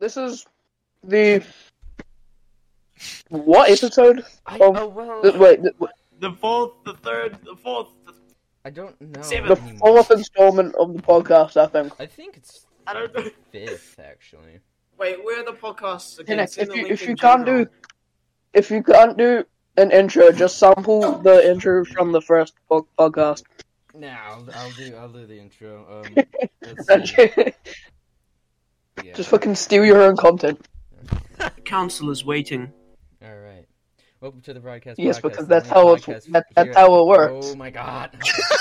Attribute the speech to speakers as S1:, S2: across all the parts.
S1: This is the what episode?
S2: I,
S1: Um,
S2: oh well.
S1: Th- Wait, th-
S3: The fourth, the third, the fourth. The,
S2: I don't know.
S3: Seven.
S1: the
S2: anymore.
S1: fourth installment of the podcast, I think.
S2: I think it's
S3: I don't know.
S2: fifth actually.
S3: Wait, where are the podcasts? again?
S1: Then
S3: It's in
S1: if
S3: the
S1: you
S3: link
S1: if
S3: in
S1: you can't do
S3: general.
S1: if you can't do an intro, just sample the intro from the first po- podcast.
S2: Nah, I'll, I'll do I'll do the intro. Um, let's see.
S1: just
S2: Yeah.
S1: fucking steal your own content.
S3: council is waiting.
S2: All right. Welcome to the broadcast.
S1: Yes,
S2: podcast,
S1: because
S2: the
S1: that's
S2: only
S1: how it's-
S2: podcast
S1: that-
S2: here-
S1: that's how it works.
S2: Oh my god.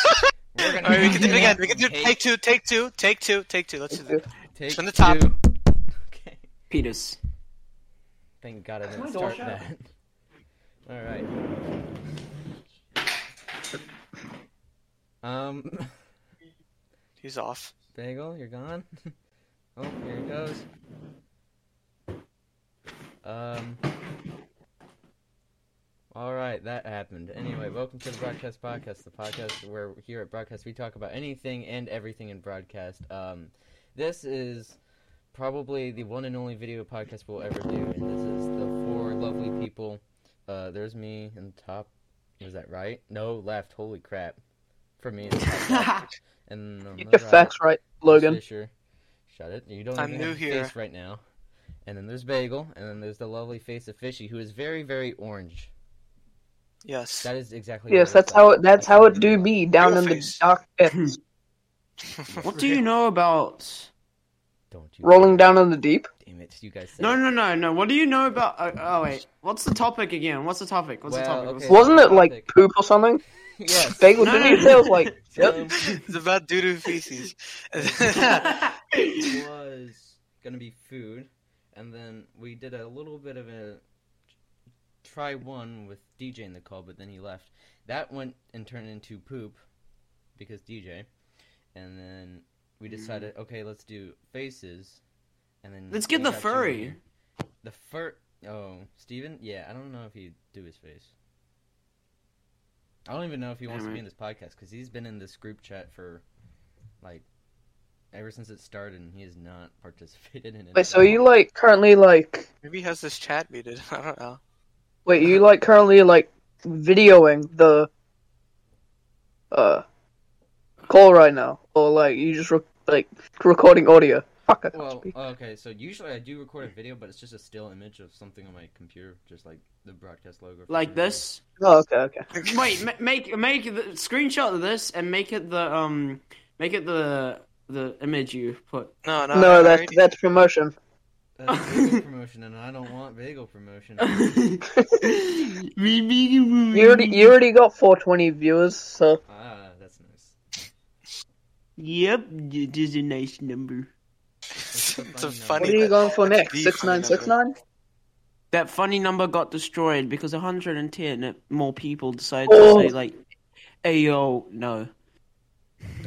S2: We're gonna
S4: All right, we can do it again. We can do
S2: Take-
S4: take two, take two, take two, take two. Let's do that.
S2: Take
S4: from the top.
S2: two. Okay.
S3: Peters.
S2: Thank God I
S3: my
S2: didn't
S3: door
S2: start that. All right. Um,
S4: He's off.
S2: Bagel, you're gone. Oh, here he goes. Um. All right, that happened. Anyway, welcome to the Broadcast Podcast, the podcast where here at Broadcast we talk about anything and everything in broadcast. Um, this is probably the one and only video podcast we'll ever do, and this is the four lovely people. Uh, there's me in the top. Is that right? No, left. Holy crap! For me, it's top left. and um, on
S1: Get
S2: the
S1: your
S2: right-
S1: facts right,
S2: there's
S1: Logan.
S2: Fisher. Shut it. You don't
S4: I'm
S2: even
S4: new
S2: have a
S4: here.
S2: face right now. And then there's Bagel, and then there's the lovely face of Fishy, who is very, very orange.
S4: Yes.
S2: That is exactly.
S1: Yes, that's how it, that's how it do
S2: be.
S1: me down
S4: Your
S1: in the
S4: face.
S1: dark depths,
S4: What
S5: do you know about?
S2: Don't you
S1: rolling down in the deep.
S2: Damn it! You guys. said
S5: No,
S2: it.
S5: no, no, no. What do you know about? Oh, oh wait, what's the topic again? What's the topic? What's the
S2: Well,
S5: topic? What's
S2: okay.
S5: the-
S1: Wasn't it like
S2: Topic.
S1: poop or something?
S2: yes.
S1: Bagel
S5: No,
S1: didn't
S5: no,
S1: he
S5: no.
S1: say it was like
S2: Um,
S4: It's about doo doo feces.
S2: it was gonna be food, and then we did a little bit of a try one with DJ in the call, but then he left. That went and turned into poop because DJ, and then we
S5: Mm-hmm.
S2: decided, okay, let's do faces, and then
S5: Let's get
S2: we
S5: the
S2: got to
S5: furry.
S2: the fur. Oh, Steven? Yeah, I don't know if he'd do his face. I don't even know if he wants to
S5: Damn it.
S2: be in this podcast because he's been in this group chat for like ever since it started, and he has not participated in it.
S1: Wait,
S2: at
S1: so
S2: all.
S1: you like currently like
S4: Maybe he has this chat muted. I don't know.
S1: wait, you like currently like videoing the uh call right now, or like you just re- like recording audio? Fuck, I can't
S2: Well, oh,
S1: speak.
S2: okay, so usually I do record a video, but it's just a still image of something on my computer, just like the broadcast logo. for
S5: like
S2: Google.
S5: this?
S1: Oh, okay, okay.
S5: Wait, ma- make make the screenshot of this and make it the um make it the the image you put.
S4: No, no. I
S1: No, that's
S4: already-
S1: that's promotion.
S2: That's bagel promotion, and I don't want bagel promotion.
S1: You already you already got 420 viewers, so
S2: ah, that's nice.
S5: Yep, it is a nice number.
S4: It's a
S2: It's a
S4: funny
S1: what
S2: funny
S1: are
S4: number.
S1: you going for next?
S4: Beef.
S1: Six nine six nine.
S5: That funny number got destroyed because 110 more people decided
S1: Oh.
S5: to say like, "Ayo, no."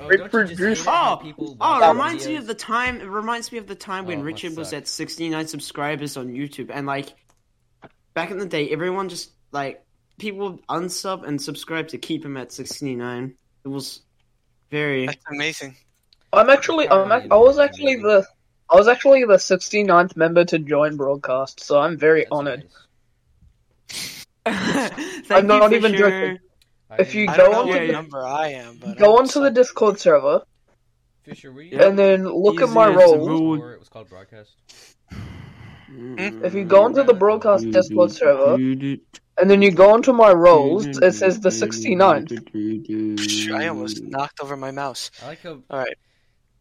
S2: Oh,
S1: Rick
S2: don't you just hate
S1: Bruce-
S2: it when
S5: Oh,
S2: people
S5: oh,
S2: watch
S5: it
S2: our
S5: reminds me
S2: videos?
S5: of the time. It reminds me of the time
S2: Oh, it
S5: when
S2: must
S5: Richard was
S2: suck.
S5: at 69 subscribers on YouTube, and like back in the day, everyone just like people would unsub and subscribe to keep him at 69. It was very.
S4: That's amazing.
S1: I'm actually, I'm, ac- I was actually the, I was actually the 69th member to join broadcast, so I'm very
S2: That's
S1: honored.
S2: nice.
S5: Thank
S1: I'm
S5: you
S1: not
S5: for
S1: even
S5: sure.
S1: joking.
S2: I
S1: If
S2: mean,
S1: you
S4: I
S1: go
S4: don't know
S1: onto
S4: what
S5: yeah.
S4: number I am, but
S1: Go
S4: I'm
S1: onto the
S4: psyched.
S1: Discord server
S2: Fisher, were you
S5: Yeah.
S1: and then look at
S5: Easy
S1: my
S5: as a
S1: role.
S5: rule.
S2: before it was called broadcast?
S1: If you go onto the broadcast Discord server and then you go onto my roles, it says the 69th.
S4: Psh, I almost knocked over my mouse.
S2: I like how
S4: All right.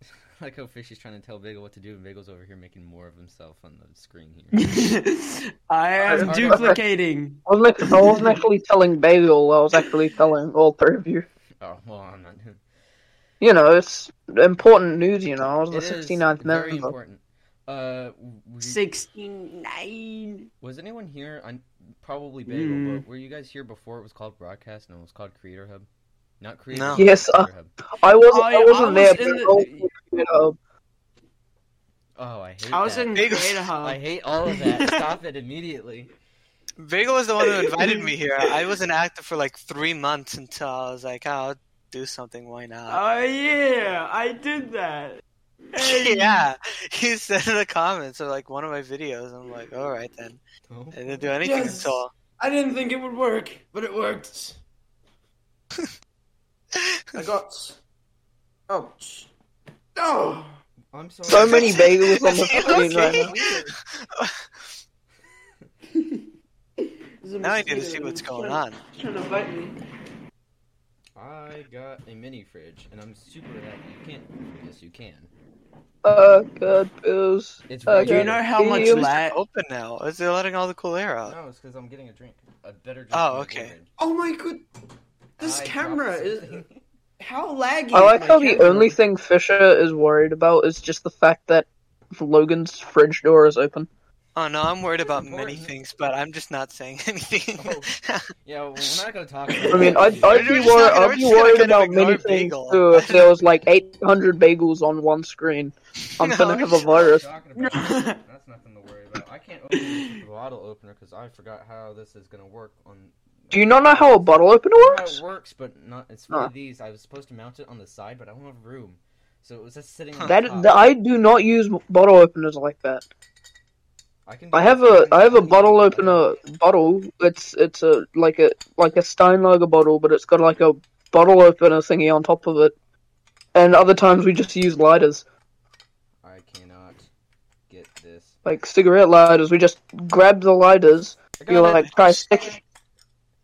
S2: I like how Fishy's trying to tell Bagel what to do, and Bagel's over here making more of himself on the screen here.
S5: I am
S2: Alright.
S5: duplicating.
S1: I wasn't, act- I wasn't actually telling Bagel, I was actually telling all three of you.
S2: oh well, I'm not. It
S1: You know, it's important news, you know, I was the
S2: is
S1: 69th
S2: very
S1: member.
S2: important. Uh, we,
S5: 69.
S2: was anyone here? i probably Bagel,
S1: Hmm.
S5: Mm.
S2: but were you guys here before it was called broadcast and it was called Creator Hub? Not Creator.
S4: No.
S2: Hub,
S1: Yes, uh,
S2: Creator Hub.
S1: I wasn't, I,
S5: I- I
S1: wasn't
S5: was
S1: there, but
S5: in the-
S1: I was looking it up.
S2: Oh, I hate.
S5: I was
S2: that.
S5: in
S4: Big-
S5: Creator Hub.
S2: I hate all of that. Stop it immediately.
S4: Bagel was the one who invited me here. I was an actor for like three months until I was like, oh, I'll do something. Why not?
S5: Oh yeah, I did that.
S4: yeah, he said in the comments of like one of my videos. I'm like, all right then.
S2: Oh.
S4: I didn't do anything
S5: Yes.
S4: until
S5: I didn't think it would work, but it worked. I got. Oh. No!
S2: I'm sorry.
S1: So many bagels on the screen right now.
S4: now I need to see what's going on.
S5: Trying to bite me.
S2: I got a mini fridge, and I'm super happy. You can't. Yes, you can.
S1: Uh, God, bills.
S2: It's
S1: Uh,
S2: right
S1: do
S2: here.
S1: you know how much It's
S5: lag?
S4: Open now. Is it letting all the cool air out?
S2: No, it's because I'm getting a drink. A better drink.
S4: Oh,
S2: than I
S4: okay.
S2: ordered.
S5: Oh my good. This
S2: I dropped
S5: camera is.
S2: something.
S5: How laggy.
S1: I
S5: is
S1: like
S5: my
S1: how the
S5: camera?
S1: only thing Fisher is worried about is just the fact that Logan's fridge door is open.
S4: Oh no, I'm worried about many
S2: important.
S4: things, but I'm just not saying anything.
S2: Oh. Yeah, well, we're not gonna talk.
S1: I mean, I'd,
S2: I
S1: I'd
S4: We're
S1: be,
S4: just
S1: wor-
S4: not gonna-
S1: I'd be
S4: we're just
S1: worried
S4: gonna
S1: about
S4: ignore
S1: many things
S2: oh.
S4: bagel.
S1: too if there was like 800 bagels on one screen. I'm
S4: No,
S1: gonna have a
S4: it's-
S1: virus.
S2: That's nothing to worry about. I can't open the bottle opener because I forgot how this is gonna work on.
S1: Do you not know how a bottle opener
S2: I know how
S1: works?
S2: it works, but not. It's
S1: Huh.
S2: for these. I was supposed to mount it on the side, but I don't have room, so it was just sitting. On
S1: That,
S2: top.
S1: that I do not use bottle openers like that.
S2: I, can do
S1: I have a
S2: this.
S1: I have a bottle opener bottle. It's it's a like a like a Steinlager bottle, but it's got like a bottle opener thingy on top of it. And other times we just use lighters,
S2: I cannot get this.
S1: like cigarette lighters. We just grab the lighters.
S2: I
S1: We
S2: got it.
S1: like try stick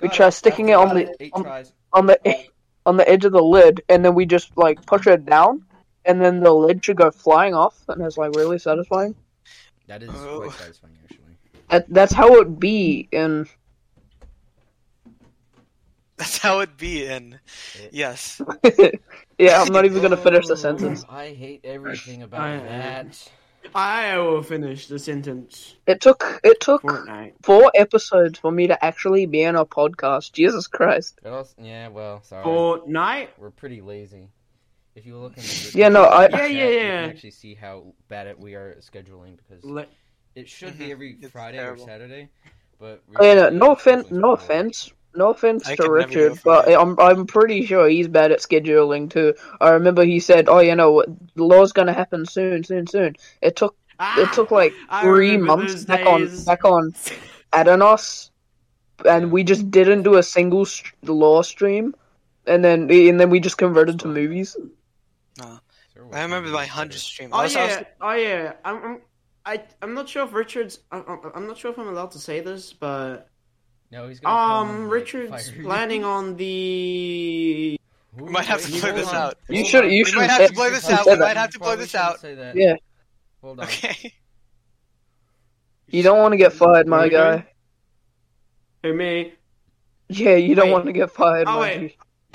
S1: we
S2: Got
S1: try
S2: it.
S1: sticking
S2: After
S1: it on
S2: about
S1: the-
S2: Eight
S1: on-
S2: tries.
S1: on the e- on the edge of the lid, and then we just like push it down, and then the lid should go flying off, and it's like really satisfying.
S2: That is
S4: Oh.
S2: quite satisfying, actually.
S1: That that's how it be in
S4: That's how it be in. Yes.
S1: yeah, I'm not even gonna finish the sentence.
S2: Oh, I hate everything about
S5: I-
S2: that.
S5: I will finish the sentence.
S1: It took it took
S5: Fortnite.
S1: four episodes for me to actually be in a podcast. Jesus Christ.
S2: It also- yeah, well, sorry.
S5: Fortnite?
S2: We're pretty lazy. If you look in the
S1: Yeah, no, I-
S2: chat,
S5: Yeah, yeah,
S2: you
S5: yeah.
S2: can actually see how bad it we are at scheduling because
S5: Le-
S2: it should
S1: Mm-hmm.
S2: be
S4: Mhm.
S2: every
S4: It's
S2: Friday
S4: terrible.
S2: or Saturday. But
S1: I mean, uh,
S2: recently
S1: no
S2: it's been
S1: offense, no
S2: Friday.
S1: offense, no offense to
S4: I can never
S1: Richard,
S4: go for
S1: but
S4: that.
S1: I'm I'm pretty sure he's bad at scheduling too. I remember he said, "Oh, you know, the law's gonna happen soon, soon, soon." It took it took like
S5: Ah, I
S1: three
S5: remember
S1: months
S5: those
S1: back
S5: days.
S1: on back on Adenos,
S2: Yeah.
S1: and we just didn't do a single st- law stream, and then and then we just converted to movies.
S2: Sure, we'll
S4: I remember
S2: see
S4: my
S2: you
S4: hundred
S2: later.
S4: stream.
S5: Oh
S4: I was, I was-
S5: yeah, oh yeah. I'm, I'm, I, I'm not sure if Richard's. I'm, I'm- I'm not sure if I'm allowed to say this, but
S2: No, he's gonna come and,
S5: um,
S2: like,
S5: Richard's
S2: fire you.
S5: planning on the.
S2: Ooh,
S4: might have to
S2: wait,
S4: play
S2: hold
S4: this
S2: on.
S4: out.
S1: You
S2: Hold
S1: should-
S2: on.
S1: you
S2: We
S1: should
S2: might
S1: have
S2: have
S1: said-
S2: to play this
S1: said
S2: out. We
S1: that.
S2: might have to play
S4: Probably
S2: this out.
S4: shouldn't
S1: Yeah,
S2: Hold on.
S4: okay.
S1: you don't want to get fired, my
S5: Okay.
S1: guy.
S5: Who me?
S1: Yeah, you don't
S5: Wait.
S1: want to get fired,
S5: Oh,
S1: my
S5: wait.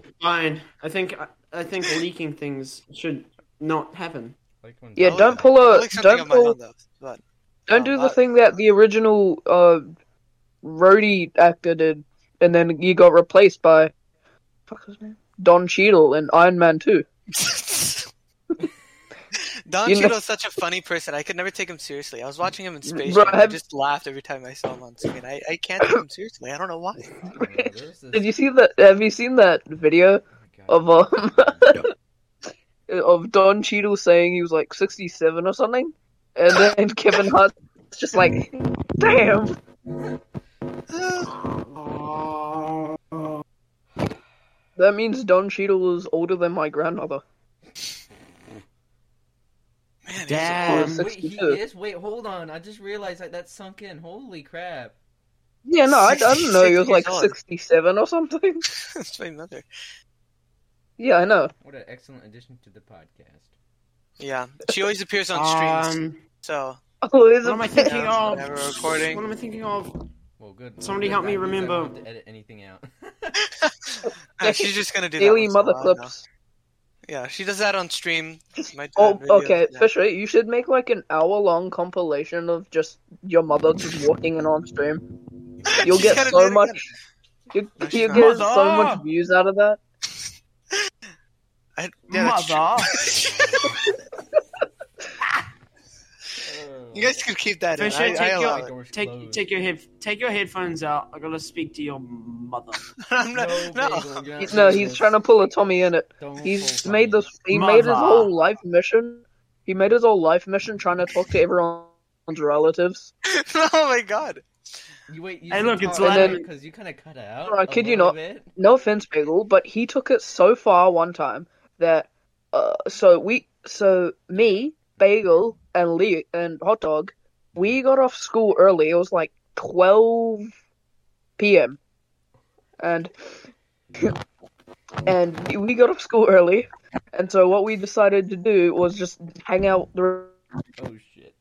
S1: dude.
S5: Fine. I think I, I think leaking things should not happen.
S2: Like when-
S1: Yeah,
S4: Oh,
S1: don't pull
S4: I
S1: a
S4: like something
S1: don't
S4: of my own
S1: pull,
S4: though. But
S1: don't do the
S4: lot.
S1: thing that the original uh roadie actor did, and then he got replaced by fuck his name Don Cheadle in Iron Man Two.
S4: Don
S1: You know-
S4: Cheadle's such a funny person. I could never take him seriously. I was watching him in Space
S1: Bro,
S4: Jam. I
S1: have-
S4: just laughed every time I saw him on screen. I, I can't take him seriously. I don't know why.
S2: I don't know, there's this-
S1: Did you see that? Have you seen that video
S2: Oh my God.
S1: of um of Don Cheadle saying he was like sixty seven or something, and then Kevin Hart's just like, damn. That means Don Cheadle is older than my grandmother.
S4: Man,
S5: Damn.
S4: Damn.
S1: Um,
S2: Wait, he
S1: 62.
S2: is. Wait, hold on. I just realized that that sunk in. Holy crap!
S1: Yeah, no, I, I don't know. He was
S4: 60
S1: like
S4: years old.
S1: sixty seven or something.
S4: That's my mother.
S1: Yeah, I know.
S2: What an excellent addition to the podcast.
S4: Yeah, she always appears on streams.
S5: Um,
S4: So
S1: Oh, is
S5: what am I
S1: it?
S5: thinking
S4: Yeah,
S5: of?
S4: whatever, recording.
S5: What am I thinking of?
S2: Well, good.
S5: Somebody
S2: good.
S5: help me
S2: That means I won't
S5: remember-
S2: have to edit anything out.
S4: No, she's just gonna do
S1: Daily
S4: that. once in a
S1: mother
S4: while now.
S1: clips.
S4: Yeah, she does that on stream. My dad
S1: Oh,
S4: videos
S1: okay,
S4: do that.
S1: Fisher, you should make like an hour long compilation of just your mother just walking in on stream. You'll
S4: She's
S1: get
S4: gotta
S1: so
S4: do it again.
S1: much- You,
S4: No, she's
S1: you
S4: not.
S1: get so
S5: Mother!
S1: much views out of that.
S4: I, yeah, that's true.
S5: Mother.
S2: Oh.
S4: you guys could keep that in.
S5: Fisher,
S4: I, I
S5: take your-
S4: allow
S2: My
S4: it.
S2: door's
S5: Take
S2: closed.
S5: take your head take your headphones out. I gotta speak to your mother.
S4: I'm not, no.
S2: Bagel, you're not
S1: He's, no,
S2: doing
S1: he's
S2: this.
S1: trying to pull a Tommy in it.
S2: Don't
S1: He's
S2: pull
S1: made this.
S2: Tommy.
S1: He made his
S5: Mother.
S1: whole life mission He made his whole life mission trying to talk to everyone's relatives.
S4: oh my god.
S2: You wait. You
S3: Hey,
S2: should
S3: look, it's
S2: talk
S1: Lennon.
S2: because you kind of cut out.
S1: No, I
S2: a
S1: kid you
S2: little
S1: not.
S2: bit.
S1: No offense, Bagel, but he took it so far one time that uh, so we so me, Bagel, and Lee and Hot Dog, we got off school early. It was like twelve p.m. and and we got off school early, and so what we decided to do was just hang out the
S2: Oh shit.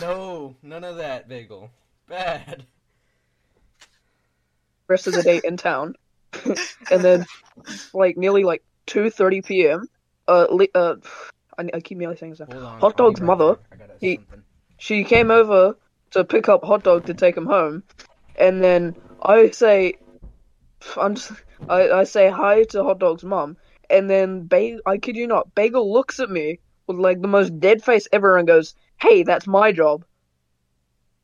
S2: No, none of that, Bagel. Bad.
S1: rest of the day in town, and then like nearly like two thirty p.m. Uh, Lee, uh, I, I keep nearly saying this. now.
S2: Hold on.
S1: Hot
S2: I'll be
S1: Dog's
S2: right
S1: mother,
S2: back. I gotta
S1: he-
S2: something.
S1: she came over to pick up hot dog to take him home, and then I say, I'm just, I, I say hi to hot dog's mom, and then ba- I kid you not, Bagel looks at me with like the most dead face ever and goes, "Hey, that's my job."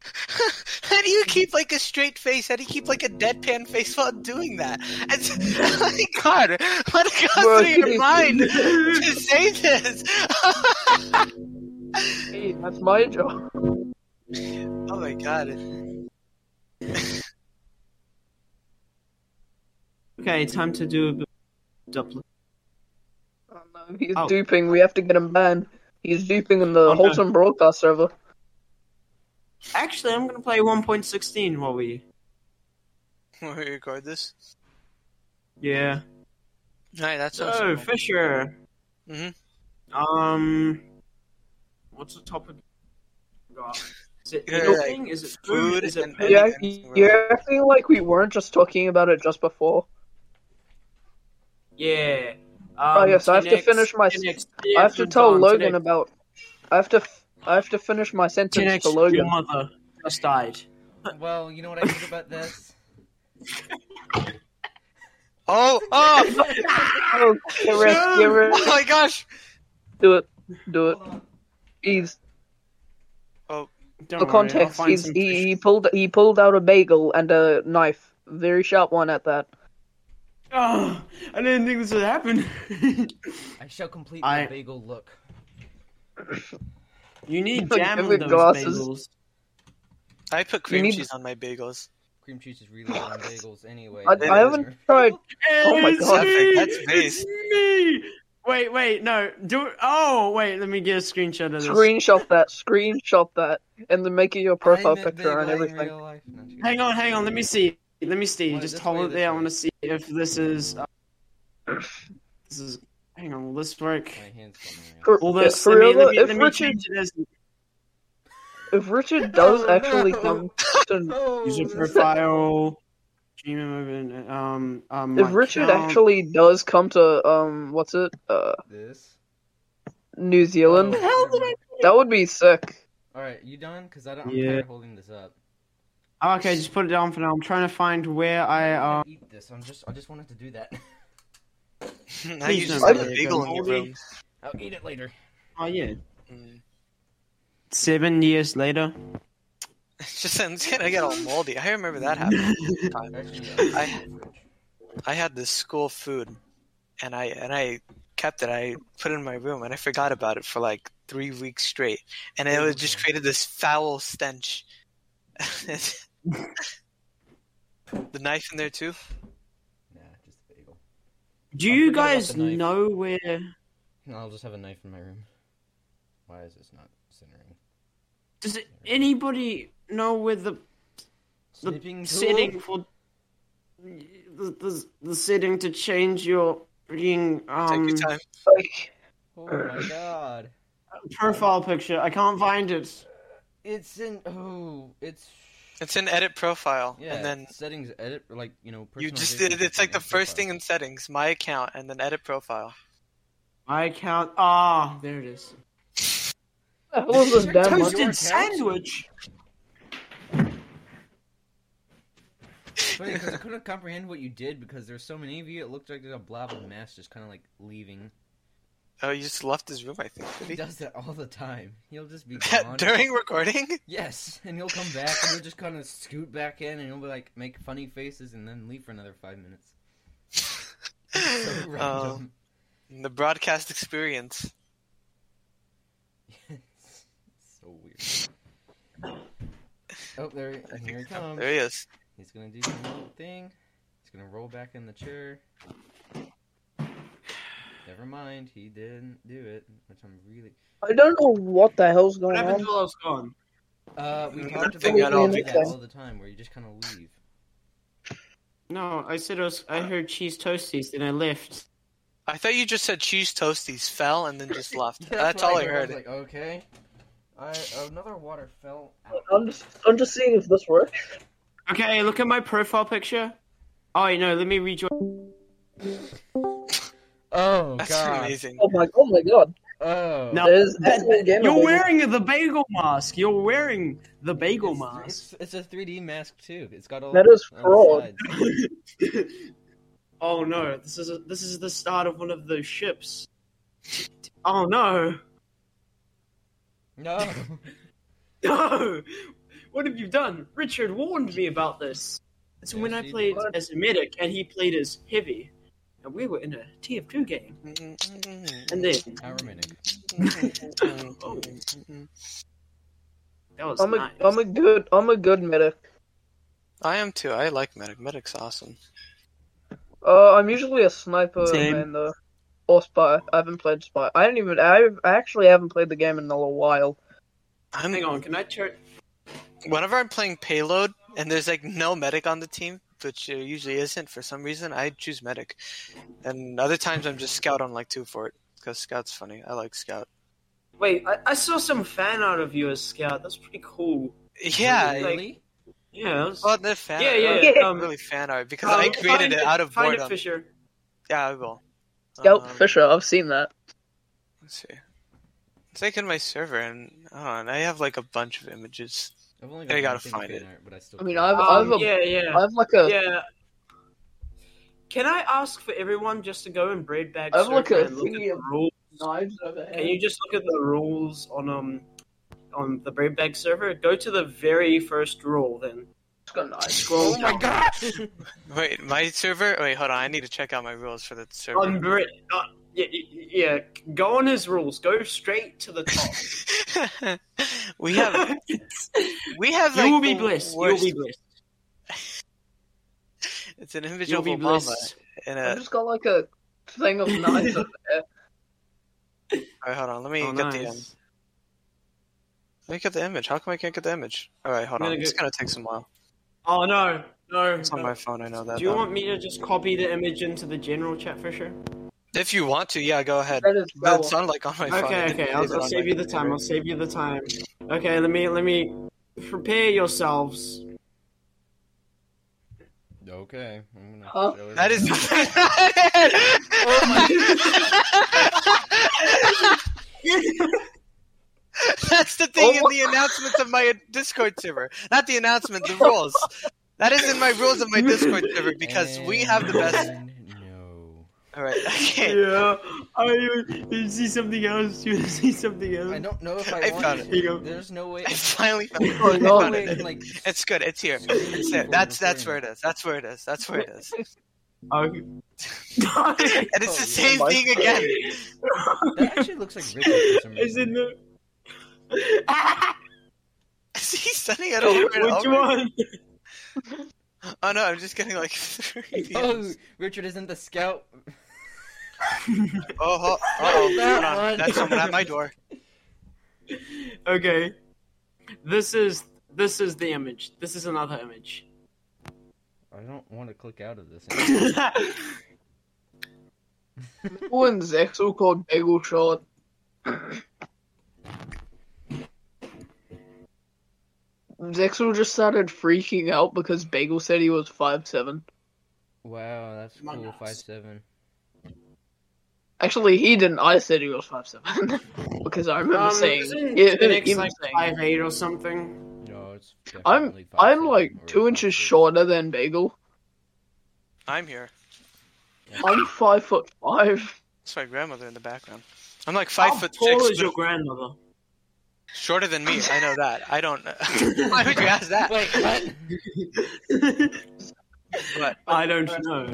S4: How do you keep like a straight face? How do you keep like a deadpan face while doing that? It's, oh my god, what goes
S1: Bro,
S4: through your
S1: seriously.
S4: mind to say this?
S1: Hey, that's my job.
S4: oh my god.
S5: Okay, time to do a bit of duplicate.
S1: Oh, no, he's
S5: Oh.
S1: duping. We have to get him banned. He's duping in the
S5: Oh, no.
S1: Holton broadcast server.
S5: Actually, I'm gonna play 1.16 while we.
S4: Want me to record this?
S5: Yeah.
S4: Alright, that sounds
S5: So
S4: cool.
S5: Fisher.
S4: Mhm.
S5: Um. What's the topic? Is it
S4: Yeah,
S5: eating? Is it food?
S4: food
S5: Is it
S4: and-
S5: food?
S1: Yeah,
S4: anything, right?
S1: you're acting like we weren't just talking about it just before.
S5: Yeah. Um,
S1: Oh, yes, I have to
S5: 10x,
S1: finish my-
S5: 10x,
S1: I have to
S5: Amazon,
S1: tell Logan
S5: 10x,
S1: about. I have to. f- I have to finish my sentence
S5: 10x
S1: to Logan.
S5: your mother just died.
S2: Well, you know what I think about this.
S4: Oh, oh!
S1: Oh, get rest, get
S4: Oh
S1: rest.
S4: my gosh!
S1: Do it. Do it. He's
S5: Don't
S1: for
S5: worry, I'll
S1: context.
S5: find
S1: He's,
S5: some
S1: he,
S5: fish.
S1: he pulled. He pulled out a bagel and a knife, very sharp one at that.
S5: Oh, I didn't think this would happen.
S2: I shall complete
S5: I-
S2: the bagel look.
S5: you need
S1: Look,
S5: jam
S1: give
S5: on
S1: me
S5: those
S1: glasses.
S5: bagels.
S4: I put cream
S1: need-
S4: cheese on my bagels.
S2: Cream cheese is really good on bagels anyway.
S1: I, I haven't tried. Oh my
S5: It's
S1: God.
S5: me!
S4: That's
S5: It's
S4: based.
S5: me! Wait, wait, no. Do oh wait, let me get a screenshot of this.
S1: Screenshot that. Screenshot that, and then make it your profile
S2: I'm a
S1: picture and
S2: bagel in
S1: everything.
S2: real life. No, I'm just
S5: Hang on, hang on. Let me see. Let me see.
S2: Why,
S5: Just
S2: this
S5: hold
S2: way,
S5: it
S2: this
S5: there. I
S2: way.
S5: want to see if this is. Uh, this is. Hang on. Will this work?
S2: kidding. My hands got
S1: For,
S2: my
S5: Will
S1: yeah,
S5: this?
S1: for
S5: let me,
S1: real
S5: let me,
S1: though,
S5: let
S1: if
S5: me
S1: Richard,
S5: change it as
S1: if Richard does
S2: Oh,
S1: actually
S2: no.
S1: come to,
S5: user
S2: Oh, this-
S5: profile. Gmail, um, um,
S1: if
S5: my
S1: Richard
S5: account.
S1: actually does come to, um, what's it, uh,
S2: This.
S1: New Zealand,
S2: Oh,
S5: hell did
S2: never mind.
S1: That would be sick.
S2: All right, you done? Because I don't. I'm
S5: Yeah.
S2: tired of holding this up.
S5: Oh, okay, just put it down for now. I'm trying to find where I.
S2: I
S5: Um,
S2: eat this. I'm just. I just wanted to do that.
S4: now you
S5: Please
S4: just
S5: don't
S4: have
S5: do
S4: a
S5: that,
S4: bagel in your
S5: Goldie.
S4: room.
S2: I'll eat it later.
S5: oh yeah.
S4: Mm.
S5: Seven years later.
S4: It just sounds gonna get all moldy. I remember that happening.
S2: Actually, I'll
S4: I-
S2: eat it in the fridge.
S4: I had this school food, and I and I kept it. I put it in my room, and I forgot about it for like three weeks straight, and it was
S2: Oh.
S4: just created this foul stench. the knife in there too.
S2: Nah, just a bagel.
S5: Do
S2: I
S5: you
S2: forgot about
S5: guys
S2: the knife.
S5: know where?
S2: No, I'll just have a knife in my room. Why is this not centering?
S5: Does it, anybody know where the
S2: Snipping
S5: the
S2: tool?
S5: setting for the, the, the setting to change your freaking
S4: Take
S5: um
S4: your time.
S1: Like,
S2: Oh my god.
S5: profile picture. I can't find it.
S2: It's in. Oh, it's.
S4: It's an edit profile,
S2: Yeah,
S4: and then
S2: settings edit like you know.
S4: you just
S2: personalization
S4: it, it's like the
S2: and
S4: first
S2: profile.
S4: thing in settings, my account, and then edit profile.
S5: My account. Ah, there it is.
S1: the hell is this damn monkey?
S2: Toasted account?
S5: Toasted sandwich.
S2: Funny, 'cause I couldn't comprehend what you did because there's so many of you. It looked like there's a blob of mess just kind of like leaving.
S4: Oh, you just left his room, I think.
S2: He
S4: Did he?
S2: does that all the time. He'll just be gone.
S4: During recording.
S2: Yes, and he'll come back and he'll just kind of scoot back in and he'll be like make funny faces and then leave for another five minutes. So
S4: Oh.
S2: random.
S4: The broadcast experience.
S2: so weird. Oh, there, he- here he comes.
S4: There he is.
S2: He's gonna do some little thing. He's gonna roll back in the chair. Never mind, he didn't do it, which I'm really.
S1: I don't know what the hell's going
S3: What happened
S1: on.
S3: till I was gone?
S2: Uh, we
S4: Mm,
S2: talked
S4: nothing
S2: about
S1: at all,
S2: that
S1: because-
S2: all the time, where you just kind of leave.
S5: No, I said I, was, I heard cheese toasties, then I left.
S4: I thought you just said cheese toasties fell and then just left.
S2: Yeah,
S4: That's
S2: what
S4: all I
S2: I was
S4: heard.
S2: like, okay. I another water fell.
S1: I'm just, I'm just seeing if this works.
S5: Okay, look at my profile picture. Oh, you know, let me rejoin.
S2: Oh
S4: That's amazing.
S1: Oh my, oh my god.
S2: Oh.
S5: No.
S1: There's
S5: That-
S1: actual game
S5: You're
S1: over.
S5: wearing the bagel mask. You're wearing the bagel
S2: It's-
S5: mask.
S2: It's, it's a 3D mask too. It's got all.
S1: That is
S2: on the
S1: fraud.
S2: sides.
S5: oh no, this is a, this is the start of one of those ships. Oh no,
S2: No.
S5: no! What have you done? Richard warned me about this. It's when
S2: Yes,
S5: I
S2: he
S5: played
S1: did.
S5: as a medic and he played as heavy, and we were in a TF2 game. And then
S2: Hour minute.
S5: Oh. that was
S1: I'm a,
S5: nice.
S1: am a good, I'm a good medic.
S4: I am too. I like medic. Medic's awesome.
S1: Uh, I'm usually a sniper
S3: Same.
S1: and the or spy. I haven't played spy. I don't even. I I actually haven't played the game in a little while.
S4: I'm
S5: Hang on, can I turn?
S4: whenever I'm playing payload and there's like no medic on the team, which there usually isn't for some reason, I choose medic. And other times I'm just scout on like two for it because scout's funny. I like scout.
S5: Wait, I, I saw some fan art of you as Scout. That's pretty cool.
S4: Yeah.
S5: Really?
S4: Like,
S2: Really?
S5: Yeah, that was...
S4: well, they're fan
S5: yeah,
S4: art.
S5: yeah,
S1: Oh, Yeah.
S5: yeah.
S4: Not
S5: Um,
S4: really fan art because
S5: um,
S4: I created
S5: find
S4: it
S5: it-
S4: out of
S5: find it,
S4: boredom.
S5: Fisher.
S4: Yeah, I will.
S1: Scout
S4: Um,
S1: Fisher. I've seen that.
S4: Let's see. It's like in my server, and oh, and I have like a bunch of images.
S2: I've only
S4: They gotta
S2: one thing
S4: find
S2: fan
S4: it.
S2: art, but I still.
S1: I mean,
S2: can't.
S1: I've-
S5: Um,
S1: a-
S5: yeah, yeah,
S1: I have like a.
S5: yeah. Can I ask for everyone just to go and bread bag
S1: I have, like,
S5: Surfer
S1: a
S5: and look at
S1: thingy
S5: the
S1: of-
S5: rules?
S1: Knives over
S5: Can you just look at the rules on um on the bread bag server? Go to the very first rule, then
S1: got knives.
S5: scroll
S4: Oh my
S5: down.
S2: God!
S4: Wait, my server? Wait, hold on. I need to check out my rules for the server.
S5: On bread, uh, yeah, yeah. Go on his rules. Go straight to the top.
S4: we have we have.
S5: you
S4: like,
S5: will be
S4: the
S5: blessed. You will
S4: worst-
S5: be blessed.
S4: It's an image
S5: You'll
S4: of
S5: be
S4: Obama
S5: blessed.
S4: in
S1: I've
S4: a.
S1: just got like a thing of knives over there.
S4: All right, hold on. Let me
S5: Oh,
S4: get the. Um,
S5: nice.
S4: let me get the image. How come I can't get the image? All right, hold
S5: I'm
S4: on.
S5: gonna
S4: It's
S5: go-
S4: gonna take some while.
S5: Oh no, no.
S4: It's on
S5: no.
S4: my phone. I know that.
S5: Do you
S4: though.
S5: want me to just copy the image into the general chat for sure?
S4: If you want to, yeah, go ahead.
S1: That is
S4: But
S1: foul.
S4: it's not like on my phone.
S5: Okay,
S4: It
S5: okay.
S4: is
S5: I'll, I'll
S4: on
S5: save
S4: my
S5: you the
S4: computer.
S5: time. I'll save you the time. Okay, let me let me prepare yourselves.
S2: Okay. I'm gonna
S1: Huh?
S2: show
S4: That is.
S2: everyone.
S4: That's the thing
S1: Oh
S4: in the announcements of my Discord server. Not the announcement, the rules. That is in my rules of my Discord server because we have the best.
S2: And No.
S4: All right. Okay.
S5: Yeah. I you see something else. You see something else.
S2: I don't know if I,
S4: I
S2: want
S4: found
S2: to.
S4: it.
S5: Here you go.
S2: There's no way.
S4: I finally found it.
S1: Oh,
S4: I
S1: no.
S4: found
S2: way I
S4: it.
S2: can, like,
S4: It's good. It's here. It's there. That's that's where it is. That's where it is. That's where it is.
S5: Oh.
S4: And it's the
S2: Oh, yeah.
S4: same thing again.
S2: That actually looks like Richard for some
S5: Is
S2: reason.
S5: in the.
S4: Is he sending it over and
S5: Which
S4: over?
S5: one?
S4: Oh no, I'm just getting like three.
S2: Oh, Richard isn't the scout.
S4: Oh, ho- uh-oh.
S2: That
S4: Hold
S2: one.
S4: on. That's someone at my door.
S5: Okay. This is this is the image. This is another image.
S2: I don't want to click out of this.
S1: When Zach's all called bagel shot. Zexel just started freaking out because Bagel said he was five seven.
S2: wow, that's
S5: Among
S2: cool.
S5: Us.
S2: Five seven.
S1: Actually, he didn't. I said he was five seven because I remember
S5: Um,
S1: saying.
S5: isn't
S1: Yeah,
S5: Phoenix,
S1: him
S5: like
S1: saying-
S5: five eight or something.
S2: No, it's.
S1: I'm
S2: definitely
S1: I'm
S2: 5'7"
S1: like
S2: or
S1: two inches
S2: 5'8".
S1: shorter than Bagel.
S4: I'm here.
S1: I'm five foot five.
S4: That's my grandmother in the background. I'm like five
S5: How
S4: foot
S5: tall
S4: six,
S5: is
S4: but
S5: your grandmother?
S4: shorter than me. I know that. I don't. Why would you ask that?
S2: Wait, what?
S4: But
S5: I don't know.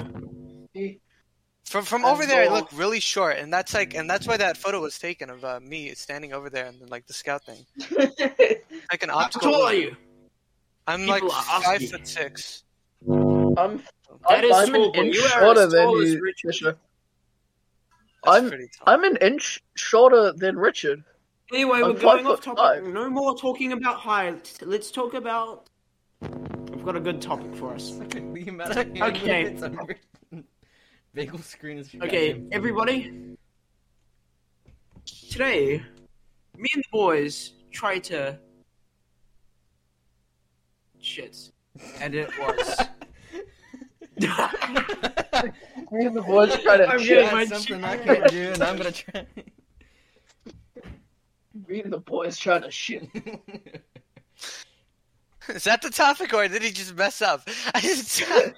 S4: From from
S3: And
S4: over there, it
S3: so-
S4: looked really short, and that's like, and that's why that photo was taken of uh, me standing over there and then, like the scout thing, like an
S3: How
S4: optical.
S3: tall are
S4: look.
S3: you?
S4: I'm like
S3: People are
S4: five
S3: asking.
S4: foot six.
S1: I'm,
S3: That is
S1: I'm
S3: small,
S1: an
S3: but
S1: inch
S3: you are
S1: shorter
S3: as tall
S1: than
S3: as
S1: you,
S3: Richard.
S1: Fisher.
S4: That's
S1: I'm-
S4: pretty tall.
S1: I'm an inch shorter than Richard.
S3: Anyway,
S1: I'm
S3: we're going
S1: five
S3: off
S1: foot
S3: topic.
S1: five.
S5: No more talking about height. Let's talk about. I've got a good topic for us.
S2: the amount of
S5: Okay.
S2: hands on your bagel screen is
S5: Okay, everybody.
S3: Today, me and the boys tried to shit, and it was.
S1: Me and the boys try to
S3: I'm
S1: shit.
S3: getting
S2: That's
S3: my
S2: something
S3: cheek.
S2: I can do, and I'm gonna try.
S1: Me and the boys try to shit.
S4: Is that the topic, or did he just mess up?
S2: I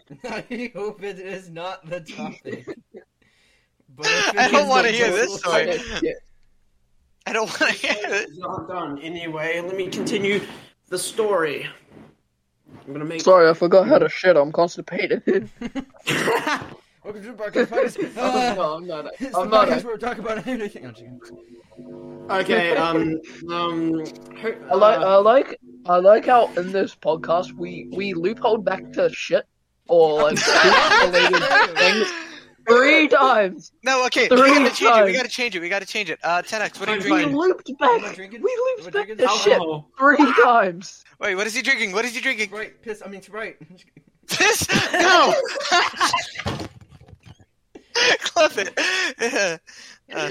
S2: hope it is not the topic. But if
S4: I
S2: it
S4: don't
S2: is,
S4: wanna
S2: the
S4: hear this
S2: boys-
S1: Try
S4: story.
S1: to shit.
S4: I don't want to hear it.
S5: It's not done. Anyway, let me continue the story. I'm gonna make.
S1: Sorry, I forgot how to shit. I'm constipated.
S2: Welcome to the Barcast Podcast. Uh,
S1: no, I'm not.
S2: it's
S1: I'm
S2: the
S1: not.
S2: podcast where we talk about anything. I'm just kidding.
S5: Okay. Um. Um. ho-
S1: I like,
S5: uh,
S1: I like, I like how in this podcast we we loophole back to shit or like related things three times.
S4: No, okay,
S1: Three
S4: we gotta change it. We
S1: times.
S4: gotta change it. We gotta change it. Uh, 10x. What are you
S3: Fine,
S1: We
S4: drinking?
S1: looped
S2: Am I
S1: back.
S2: drinking?
S1: We
S2: Am I
S1: looped back
S2: drinking?
S1: to
S5: Oh,
S1: shit
S3: Alcohol.
S1: three times.
S4: Wait, what is he drinking? What is he drinking?
S2: Right, piss. I mean, it's right. I'm just kidding.
S4: This? No! Clip it. Uh,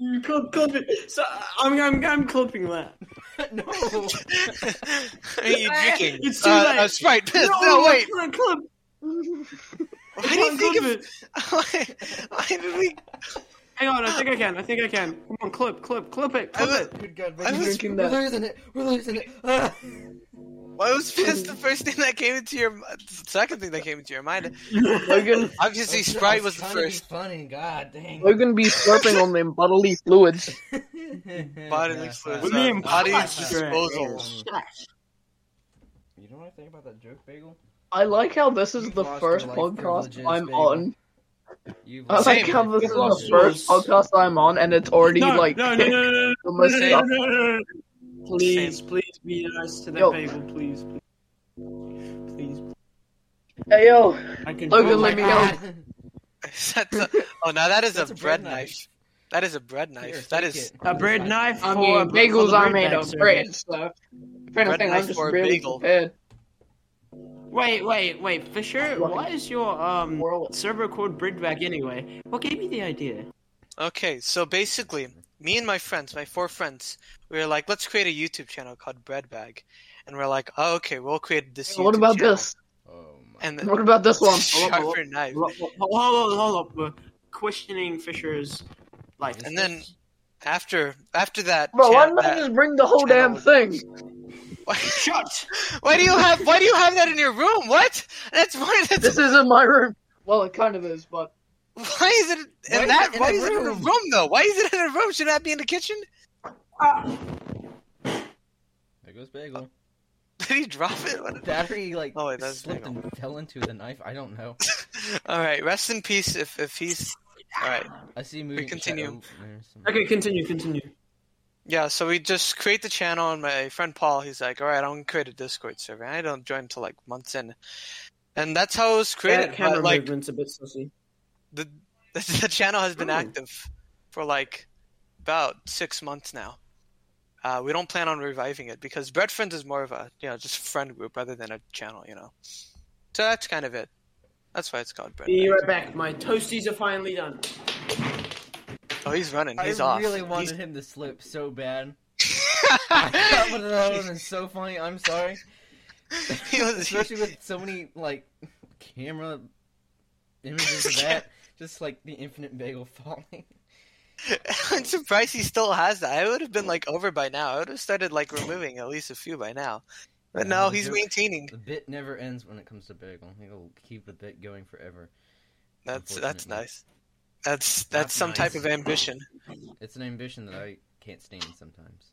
S5: You clip, clip it. So I'm, I'm, I'm clipping that.
S2: no.
S4: what are you drinking?
S5: It's too
S4: uh,
S5: late.
S4: uh, Sprite, piss. No,
S5: I
S4: wait.
S5: can't clip.
S4: Why
S5: I
S4: do you
S5: can't
S4: think
S5: clip
S4: of
S5: it.
S4: Why, why did we?
S5: Hang on, I think I can. I think I can. Come on, clip, clip, clip it,
S4: I
S5: clip
S4: was,
S5: it.
S2: Good God,
S4: I
S2: we're,
S4: was
S1: drinking
S2: drinking we're
S1: that.
S2: losing it. We're losing it. Ah.
S4: I was pissed. The first thing that came into your, the second thing that came into your mind.
S1: Logan,
S4: Obviously,
S2: I
S4: Sprite was the
S2: trying to be
S4: first.
S2: Funny, God dang.
S1: Logan be slurping on them bodily fluids.
S4: Bodily fluids.
S5: With
S4: uh,
S5: me and
S4: body
S5: Papa
S4: disposal.
S2: You know what I think about that joke, Bagel?
S1: I like how this is
S2: You've
S1: the
S2: lost
S1: first
S2: your life
S1: podcast
S2: privileges,
S1: I'm
S2: baby.
S1: on.
S2: You've
S1: I like
S4: Same.
S1: how this is
S5: You've lost
S1: the first
S5: yours.
S1: podcast I'm on, and it's already
S5: No,
S1: like
S5: no, no, no, no,
S1: the
S5: no,
S1: most
S5: no, no,
S1: stuff.
S5: no, no, no. Please, please be nice to that
S1: Yo.
S5: bagel, please, please, please.
S1: Hey yo,
S5: I can.
S1: Logan,
S5: oh my
S1: let me
S5: God.
S1: go.
S4: That's a, oh, now that is
S2: That's
S4: a bread knife. That is a bread
S2: Here,
S4: knife. That
S2: take
S4: is
S2: it.
S5: A bread knife
S1: I
S5: for
S1: mean,
S5: a bread- for
S1: bagels
S5: the
S1: are
S5: bread
S1: made
S5: bag
S1: of bread,
S5: service.
S1: so if anything,
S4: knife
S1: I'm just
S4: for a
S1: really
S4: bagel.
S1: prepared.
S5: Wait, wait, wait. For sure. Why is your um
S1: World.
S5: server called Breadbag anyway? What gave you the idea?
S4: Okay, so basically, me and my friends, my four friends, we were like, let's create a YouTube channel called Bread Bag, and we're like, oh, okay, we'll create this.
S1: What
S4: YouTube
S1: about
S4: channel.
S1: this?
S2: Oh my.
S4: And
S1: What about this one?
S4: sharper knife.
S5: Hold up, hold up, hold up. We're questioning Fisher's life.
S4: And then after after that,
S1: Bro, why
S4: chan-
S1: not
S4: that-
S1: just bring the whole damn thing?
S5: shut.
S4: why do you have why do you have that in your room? What? That's why that's
S1: This isn't my room. Well, it kind of is, but
S4: why is it in
S2: Why is
S4: that
S2: it in
S4: why
S2: a
S4: is it in a
S2: room?
S4: room though? Why is it in a room? Should that be in the kitchen?
S5: Ah.
S2: There goes Bagel.
S4: Did he drop it? What-
S2: Battery like
S4: Oh, wait, that's
S2: slipped
S4: Bagel.
S2: and fell into the knife. I don't know.
S4: All right, rest in peace. If if he's all right.
S2: I see moving.
S4: continue.
S2: Oh, there's some-
S5: Okay, continue, continue.
S4: Yeah, so we just create the channel, and my friend Paul, he's like, "All right, I'm gonna create a Discord server." And I don't join until like months in, and that's how it was created.
S5: That
S4: But
S5: camera
S4: like
S5: movement's a bit sussy.
S4: the the channel has been
S5: Oh.
S2: Hmm.
S4: active for like about six months now. Uh, we don't plan on reviving it because Bread Friends is more of a you know just friend group rather than a channel, you know. So that's kind of it. That's why it's called Bread.
S5: Be
S4: Friends.
S5: right back. My toasties are finally done.
S4: Oh, he's running. He's
S2: I
S4: off.
S2: really wanted
S4: He's-
S2: him to slip so bad. I thought one of those is so funny. I'm sorry,
S4: he was.
S2: especially with so many like camera images of that. Just like the infinite bagel falling.
S4: I'm surprised he still has that. I would have been like over by now. I would have started like removing at least a few by now. But no,
S2: Yeah,
S4: he's
S2: dude.
S4: maintaining.
S2: The bit never ends when it comes to bagel. He'll keep the bit going forever.
S4: That's that's
S2: Unfortunately.
S4: nice. That's that's
S2: That's
S4: some type
S2: nice.
S4: of ambition.
S2: It's an ambition that I can't stand sometimes.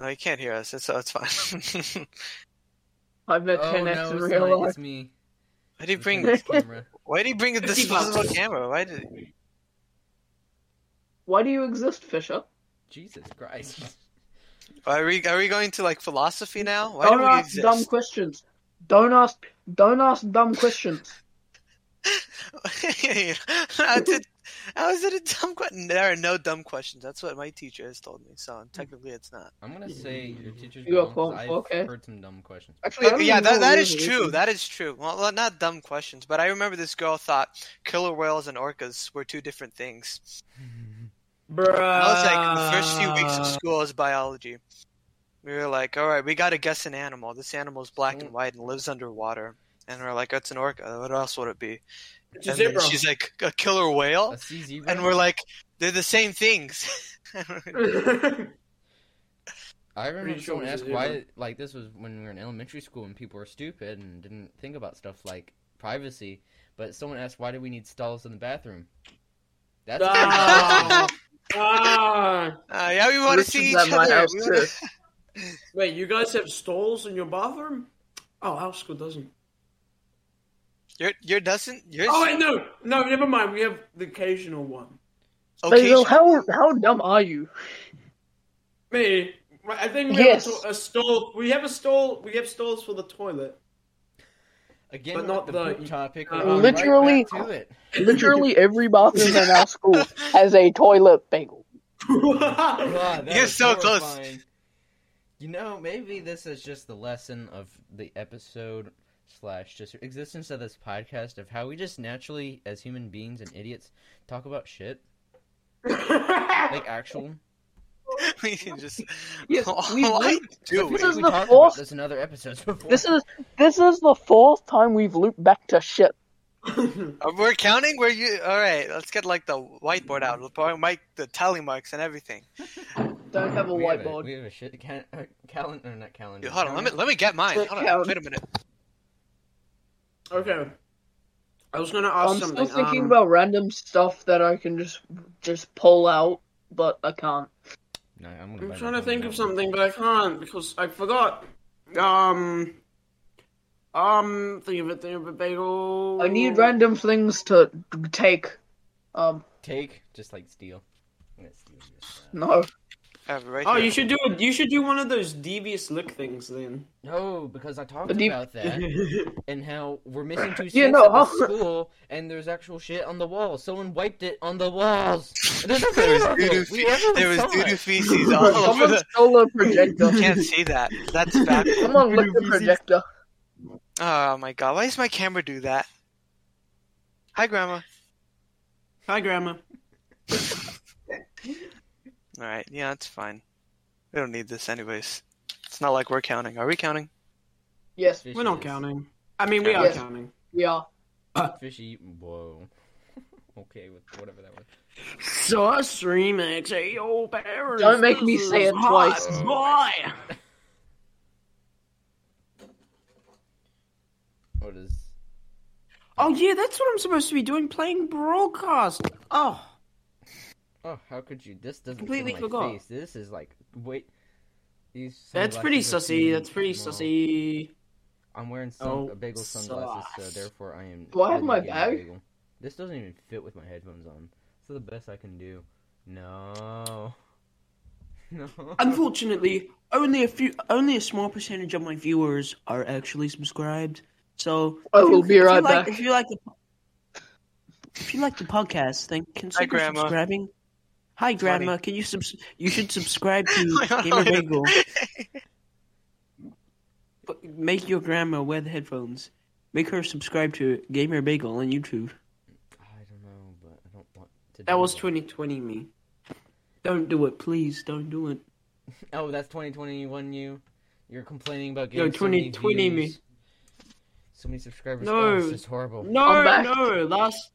S4: No, you can't hear us. It's it's fine.
S1: I met
S2: Oh
S1: 10x
S2: no,
S1: in
S2: it's
S1: real
S2: not.
S1: life.
S2: It's me.
S4: Why did he bring?
S2: This camera.
S4: Why did he bring a disposable camera? Why did?
S1: Why do you exist, Fisher?
S2: Jesus Christ.
S4: Are we are we going to like philosophy now? Why
S1: don't
S4: do we
S1: ask
S4: exist?
S1: dumb questions. Don't ask. Don't ask dumb questions.
S4: how, did, how is it a dumb question? There are no dumb questions. That's what my teacher has told me.
S1: Hmm.
S4: So technically, it's not.
S2: I'm gonna say your teacher's
S1: You are
S2: wrong. 'cause
S1: called-
S2: I've
S1: okay.
S2: heard some dumb questions.
S1: Actually, I
S4: Okay,
S1: don't
S4: yeah,
S1: even know
S4: that, that
S1: what
S4: is
S1: it
S4: true. That is true. Well, well, not dumb questions, but I remember this girl thought killer whales and orcas were two different things.
S5: Bruh.
S4: And I was like, the first few weeks
S1: Uh.
S4: of school is biology. We were like, all right, we got to guess an animal. This animal's black
S1: Mm.
S4: and white and lives underwater. And we're like, that's an orca. What else would it be?
S5: It's a
S4: And then
S5: zebra.
S4: she's like, a killer whale?
S2: A CZ
S4: And we're like, they're the same things. Uh,
S2: I remember
S5: Pretty sure
S2: someone
S5: it was
S2: asked
S5: a
S2: why, like, this was when we were in elementary school and people were stupid and didn't think about stuff like privacy. But someone asked, why do we need stalls in the bathroom? That's
S5: Ah. Ah.
S4: Uh, yeah, we want to
S1: This
S4: see
S1: is
S4: each
S1: at my
S4: other.
S1: house,
S4: We wanna...
S1: too.
S5: Wait, you guys have stalls in your bathroom? Oh, our school doesn't.
S4: Your your doesn't yours.
S5: Oh, wait, no, no, never mind. We have the occasional one.
S1: Basil,
S4: occasion-
S1: how how dumb are you?
S5: Me, I think we
S1: Yes.
S5: have a, to- a stall. We have a stall. We have stalls for the toilet.
S2: again
S5: But
S2: with
S5: not
S2: the
S5: the-
S2: poop topic.
S5: uh,
S2: we're going
S1: Literally-
S2: right back to it.
S1: Literally every bathroom in our school has a toilet bagel.
S5: Why
S2: God, that
S4: You're
S2: was
S4: so close.
S2: horrifying. You know, maybe this is just the lesson of the episode slash just existence of this podcast of how we just naturally, as human beings and idiots, talk about shit like actual.
S4: we can just
S1: Yes,
S4: all
S1: we
S4: I do.
S1: This
S2: I
S1: is
S2: think we
S1: the
S2: talked
S1: fourth-
S2: About this in other episodes before.
S1: This is this is the fourth time we've looped back to shit.
S4: Uh, We're counting. Where you? All right, let's get like the whiteboard out. We'll probably make the tally marks and everything.
S1: Don't have a
S2: we have a,
S1: whiteboard.
S2: we have a shit can- uh, calendar, not calendar.
S4: Dude, hold on. Let me let me get mine.
S1: Quick
S4: Hold on.
S1: count.
S4: Wait a minute.
S5: Okay. I was gonna ask
S1: I'm
S5: something.
S1: still thinking
S5: um,
S1: about random stuff that I can just just pull out, but I can't.
S2: No, I'm, gonna
S5: I'm
S2: buy
S5: trying
S2: my
S5: to think of
S2: calendar.
S5: something, but I can't because I forgot. Um. Um. Think of it. Think of it. Bagel.
S1: I need random things to take. Um,
S2: Take just like steal. I'm gonna steal this. uh,
S1: no.
S4: I have it right
S5: Oh,
S4: here.
S5: you should do it. You should do one of those devious lick things then.
S2: No, because I talked
S1: But do you-
S2: about that and how we're missing two shits
S1: Yeah,
S2: yeah,
S1: no,
S2: at the
S1: how-
S2: school, and there's actual shit on the wall. Someone wiped it on the walls. There's a
S4: There
S2: video
S4: was
S2: of
S4: doo-doo,
S2: it.
S4: fe-
S2: We never
S4: there was
S2: saw
S4: doo-doo
S2: it.
S4: feces all over
S1: Someone
S4: the...
S1: stole a
S4: You
S1: projector.
S4: can't see that. That's back.
S1: Someone licked the projector.
S4: Oh my god, why does my camera do that? Hi, Grandma.
S5: Hi, Grandma.
S4: All right, yeah, it's fine. We don't need this anyways. It's not like we're counting. Are we counting?
S1: Yes,
S2: Fishy
S5: We're not
S2: is-
S5: counting. I mean, we are
S1: Yes.
S5: counting.
S1: we are.
S2: Fishy. Whoa. okay, with whatever that was.
S5: Sauce remix. Hey, yo, parents.
S1: Don't make
S5: this
S1: me say
S5: is
S1: it
S5: hot,
S1: twice.
S5: Boy.
S2: What is?
S5: Oh yeah, that's what I'm supposed to be doing, playing broadcast. Oh,
S2: Oh, how could you? This doesn't
S5: Completely
S2: fit my
S5: forgot.
S2: face. This is like wait. These
S5: that's pretty
S2: sunglasses are
S5: sussy.
S2: too
S5: That's pretty
S2: small.
S5: sussy.
S2: I'm wearing sun-
S5: Oh,
S2: a bagel sunglasses,
S5: sauce.
S2: so therefore I am.
S1: Do I have
S2: literally
S1: my
S2: getting a
S1: bag?
S2: bagel. This doesn't even fit with my headphones on. So the best I can do. No. No.
S5: Unfortunately, only a few, only a small percentage of my viewers are actually subscribed. So
S1: I
S5: if you-
S1: will Oh, be
S5: if you
S1: right
S5: like-
S1: back.
S5: If you like the, if you like the podcast, then consider
S4: Grandma.
S5: subscribing. Hi, Grandma. Can you subs? You should subscribe to Gamer Bagel. But Make your grandma wear the headphones. Make her subscribe to Gamer Bagel on YouTube.
S2: I don't know, but I don't want to.
S6: That
S2: do
S6: was
S2: it.
S6: 2020 me.
S5: Don't do it, please. Don't do it.
S2: Oh, that's 2021 you. You're complaining about
S5: No,
S2: getting so many
S5: 2020 me.
S2: views. So many subscribers.
S5: No.
S2: Oh, this is horrible.
S1: I'm
S5: No,
S1: back.
S5: no. Last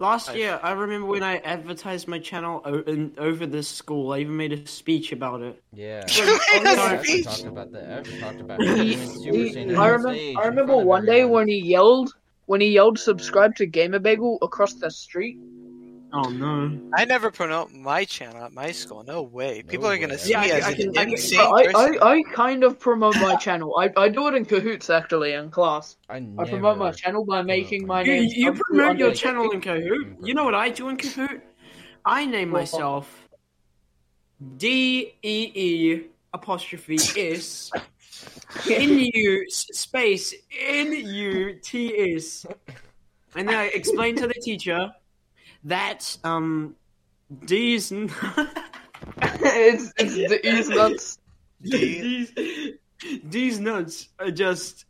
S5: last
S4: I-
S5: year, I remember when I advertised my channel o- in, over this school. I even made a speech about it.
S2: Yeah.
S4: You made
S1: no,
S4: a
S1: I-
S2: I've
S4: speech!
S2: talked about that. I've talked about
S1: He-
S2: it. Super
S1: he- I
S2: Saiyan on
S1: remember.
S2: stage
S1: I
S2: in
S1: remember
S2: front of
S1: one day
S2: everyone.
S1: when he yelled. When he yelled, "Subscribe to Gamer Bagel" across the street,
S5: Oh no.
S4: I never promote my channel at my school. No way.
S2: No
S4: People are gonna
S2: way.
S4: see
S2: Yeah,
S4: me
S2: I-
S4: as
S2: I
S4: an
S2: can-
S1: I,
S2: can-
S4: insane
S1: I,
S4: person.
S1: I, I kind of promote my channel. I, I do it in cahoots actually in class.
S2: I,
S1: I
S2: never,
S1: promote my channel
S2: Oh,
S1: by making my
S2: You-
S5: You,
S1: name.
S5: you
S1: come through
S5: promote your
S1: under-
S5: channel in Kahoot. You know what I do in Kahoot? I name
S1: Well-
S5: myself D E E apostrophe S N U s- space N U T S, and then I explain to the teacher that um D is n-
S1: it's it's the East Nuts.
S5: these these nuts are just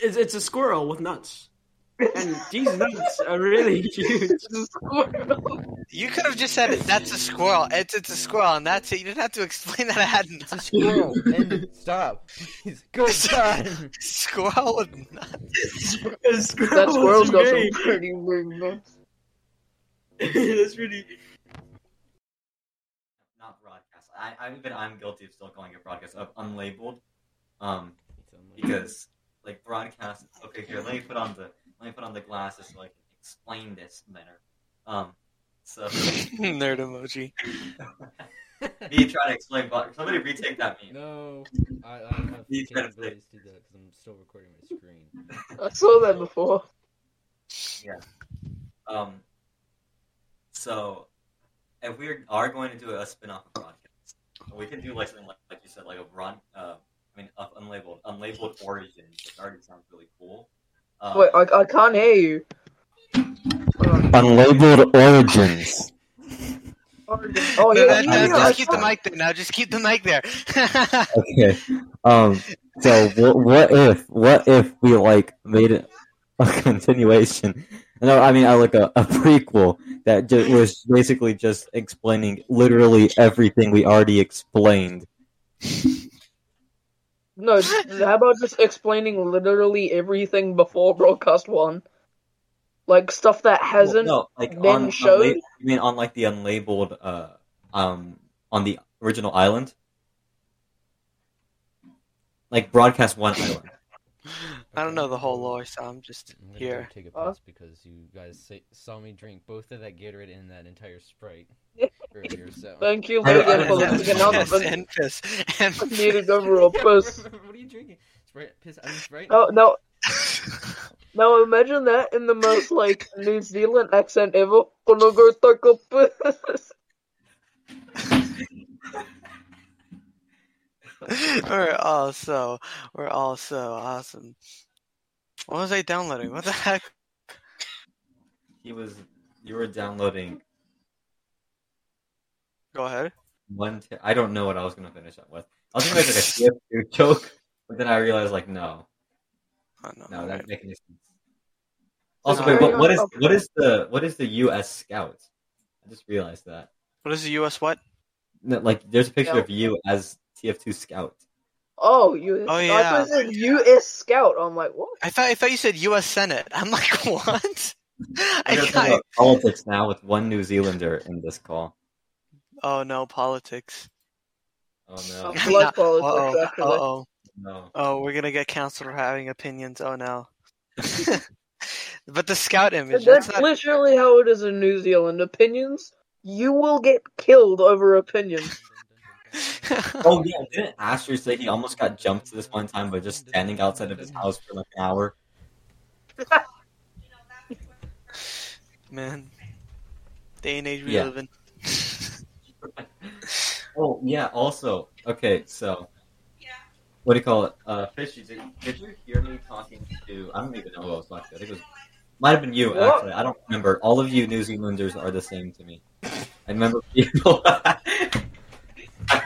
S5: it's, it's a squirrel with nuts, and these nuts are really huge.
S1: It's a squirrel.
S4: You could have just said it. That's a squirrel. It's it's a squirrel, and that's it. You didn't have to explain that I had
S2: It's a
S4: nuts.
S2: squirrel. and stop. Please. Good time.
S4: squirrel with nuts.
S5: A squirrel
S1: that squirrel's
S5: is
S1: got some
S5: big.
S1: pretty big nuts.
S5: That's really.
S7: not broadcast. I, I even I'm guilty of still calling it broadcast of unlabeled, um, because like broadcast. Okay, here let me put on the let me put on the glasses so I can explain this better. Um, so
S4: Nerd emoji.
S7: me trying to explain broadcast. Somebody retake that meme.
S2: No, I, I don't have the
S7: You gotta
S2: capabilities to do that because I'm still recording my screen.
S1: I saw that before.
S7: Um, so if we are going to do a spin-off of broadcast, we can do like something like, like you said, like a broad. Uh, I mean, of unlabeled, unlabeled origins. Which already sounds really cool. Um,
S1: Wait, I, I can't hear you. Oh,
S2: Unlabeled origins.
S1: oh
S4: No,
S1: yeah,
S4: that-
S1: yeah,
S4: that-
S1: yeah, I
S4: just keep the
S1: saw-
S4: mic there. Now just keep the mic there.
S8: Okay. Um. So wh- what if what if we like made it a continuation? No, I mean I like a, a prequel that ju- was basically just explaining literally everything we already explained.
S1: No, how about just explaining literally everything before broadcast one, like stuff that hasn't.
S7: Well, no, like
S1: been
S7: on,
S1: showed?
S7: on la- you mean on like the unlabeled uh um on the original island? Like broadcast one island.
S4: I don't know the whole lore, so I'm just
S2: I'm gonna
S4: here.
S2: go take a
S1: Huh?
S2: piss because you guys say, saw me drink both of that Gatorade and that entire Sprite earlier. So
S1: Thank you,
S8: I- I-
S1: Megan, for
S8: I-
S1: the big announcement.
S4: and piss. And
S1: I needed to go for a piss.
S2: what are you drinking? Sprite, piss, I mean Sprite.
S1: No, no, now imagine that in the most like New Zealand accent ever. Gonna go take a piss.
S4: we're all so we're all so awesome. What was I downloading? What the heck?
S7: He was you were downloading
S4: Go ahead.
S7: one. T- I don't know what I was gonna finish up with. I was gonna make like a PS2 joke, but then I realized like no,
S4: Oh, no,
S7: no,
S4: alright.
S7: that's making sense. Also,
S4: So
S7: wait,
S4: carry
S7: what, what
S1: on
S7: is
S1: up.
S7: what is the what is the U.S. Scout? I just realized that.
S4: What is the U.S. what?
S7: No, like, there's a picture
S1: Yeah.
S7: of you as TF2 Scout.
S1: Oh, you.
S4: Oh,
S1: I
S4: yeah.
S1: thought it said U.S. Scout. I'm like, what?
S4: I thought I thought you said U.S. Senate. I'm like, what? I
S7: We're gonna talk
S4: can't.
S7: about uh, politics now with one New Zealander in this call.
S4: Oh no, politics.
S7: Oh
S1: I
S7: no,
S1: like
S4: Nah,
S1: politics.
S4: Uh
S1: actually.
S4: oh.
S7: no.
S4: Oh, we're gonna get canceled for having opinions. Oh no. but the scout image.
S1: That's
S4: That's not.
S1: literally how it is in New Zealand. Opinions, you will get killed over opinions.
S7: Oh yeah, didn't Asher say he almost got jumped this one time by just standing outside of his house for like an hour?
S4: Man. Day and age we
S7: Yeah.
S4: live in.
S7: Oh yeah. Also, okay, so what do you call it? Uh, Fishy, did, did you hear me talking to? I don't even know who I was talking to. I think it was might have been you
S1: What?
S7: actually. I don't remember. All of you New Zealanders are the same to me. I remember people. I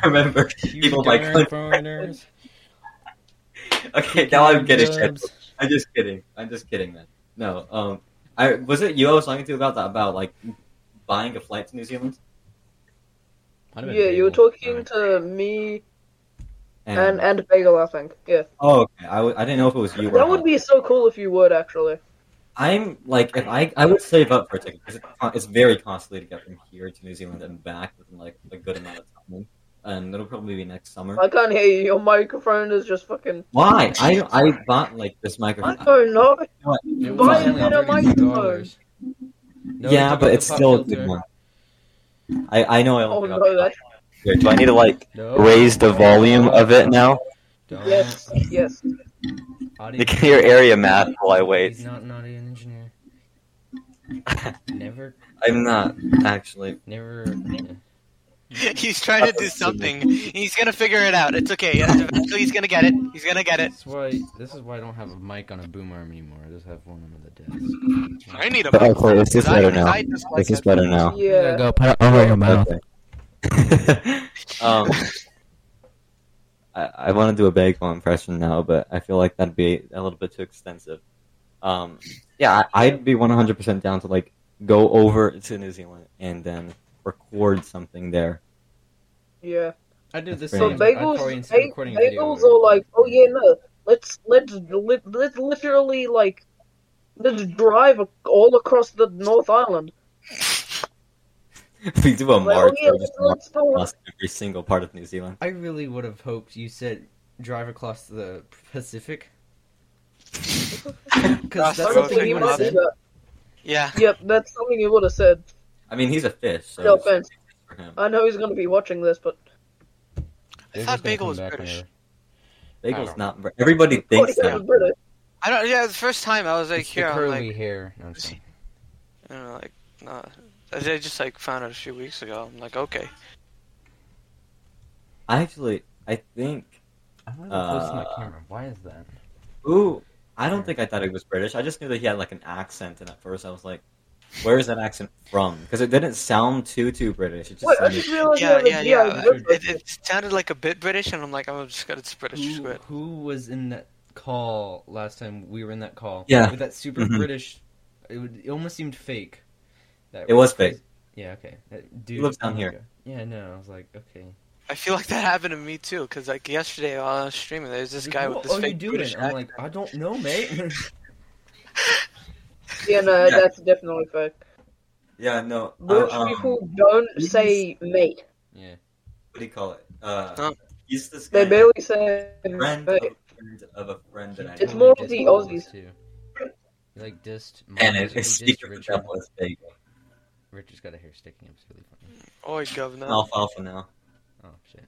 S7: remember
S2: You
S7: people by
S2: darn
S7: country.
S2: foreigners.
S7: Okay, now I'm getting shit.
S2: Jobs.
S7: I'm just kidding. I'm just kidding, man. No, um, I was it you I was talking to about that about like buying a flight to New Zealand
S2: Might have been
S1: Yeah, you were
S2: Bagel.
S1: talking to me
S7: and,
S1: and and Bagel, I think. Yeah,
S7: oh, okay. I, w- I didn't know if it was you. or
S1: that would
S7: not.
S1: be so cool if you would actually.
S7: I'm like if I I would save up for a ticket because it's very costly to get from here to New Zealand and back within like a good amount of time, and it'll probably be next summer.
S1: I can't hear you. Your microphone is just fucking.
S7: Why? I I bought like this microphone.
S1: I don't know.
S2: It was
S1: Buy a
S2: only
S1: better
S2: $130.
S1: microphone.
S2: No,
S7: yeah,
S2: took
S7: but
S2: out
S7: it's
S2: the pop
S7: still a
S2: filter.
S7: good one. I, I know I
S1: Oh
S7: looked it up.
S1: no, that,
S7: Here, Do I need to like
S2: No.
S7: raise the volume of it now?
S2: Don't.
S1: yes, yes.
S7: You
S2: Audio.
S7: can hear area math while I
S2: He's
S7: wait.
S2: not an audio engineer. never,
S7: I'm not actually.
S2: never.
S4: He's trying to do something. He's gonna figure it out. It's okay. Eventually, he's gonna get it. He's gonna get it.
S2: That's why. This is why I don't have a mic on a boom arm anymore. I just have one on the desk.
S4: I need a.
S7: Okay,
S4: mic.
S7: it's just
S4: 'Cause I-
S7: better
S4: because
S7: now.
S4: I just like
S7: This is
S4: it.
S7: better now.
S1: Yeah.
S2: Go put it over your
S7: Okay. um, I, I want to do a bagel impression now, but I feel like that'd be a little bit too extensive. Um, yeah, I, I'd be 100% down to like go over to New Zealand and then record something there.
S1: Yeah.
S2: I did this.
S7: So
S1: So
S2: same. I'd probably
S1: bagels,
S2: instead of
S1: ba-
S2: recording a video,
S1: bagels are like, oh yeah, no, let's let's li- let's literally like let's drive a- all across the North Island.
S7: we do a
S1: Like,
S7: march.
S1: oh yeah,
S7: we
S1: let's,
S7: just march
S1: let's go.
S7: across every single part of New Zealand.
S2: I really would have hoped you said drive across the Pacific. Because that's
S4: Across the
S2: something
S1: Honestly,
S2: you
S1: he
S2: would have
S1: might do
S2: said.
S4: Pacific.
S1: that.
S4: Yeah.
S1: Yep, that's something he would have said.
S7: I mean, he's a fish, so
S1: No
S7: it's
S1: offense.
S7: for him.
S1: I know he's gonna be watching this, but
S4: I thought Bagel was British.
S7: Bagel's not. Everybody thinks
S1: Oh, yeah,
S7: that.
S1: British.
S4: I don't. Yeah, the first time I was like,
S2: Like
S4: here, I'm
S2: curly
S4: like,
S2: hair. No, I'm just kidding.
S4: I don't know, like, no. I I just like found out a few weeks ago. I'm like, okay.
S7: Actually, I think
S2: I'm really close to my
S7: Uh,
S2: camera. Why is that?
S7: Ooh, I don't think I thought he was British. I just knew that he had like an accent, and at first I was like, "Where is that accent from?" Because it didn't sound too too British. It just
S1: Wait, I
S7: sounded.
S1: just realized
S4: Yeah,
S1: he
S4: yeah,
S1: has a
S4: yeah.
S1: GI Joe.
S4: It, it sounded like a bit British, and I'm like, I'm just gonna. It's British.
S2: Who,
S4: Screw it.
S2: who was in that call last time we were in that call?
S7: Yeah.
S2: With that super
S7: Mhm.
S2: British. It, would, it almost seemed fake. That
S7: It was fake.
S2: Yeah, okay. That dude
S7: lives down
S2: oh my
S7: here.
S2: God. Yeah, no, I was like, okay.
S4: I feel like that happened to me too, because like yesterday while I was streaming, there was this
S2: Like,
S4: guy
S2: what
S4: with this
S2: are you
S4: fake
S2: doing?
S4: British
S2: I'm
S4: accent.
S2: like, I don't know, mate.
S1: Yeah, no,
S7: Yeah.
S1: that's definitely fact.
S7: Yeah, no. uh,
S1: British
S7: um,
S1: people don't say mate.
S2: yeah.
S9: What do you call it? Uh,
S4: Huh?
S9: He's this guy,
S1: They barely say
S9: friend,
S1: mate.
S9: of, a friend of a friend that I
S1: It's
S9: know.
S1: more
S2: He
S1: of
S2: dissed
S1: the
S2: all of us,
S1: Aussies.
S2: too. He, like dissed.
S7: and
S2: Marcus,
S7: it,
S2: he
S7: it's
S2: dissed
S7: secret
S2: Richard.
S7: the devil is bagel.
S2: Richard's got a hair sticking up. It's really funny.
S4: Oi, governor.
S7: Alfalfa now.
S2: Oh shit.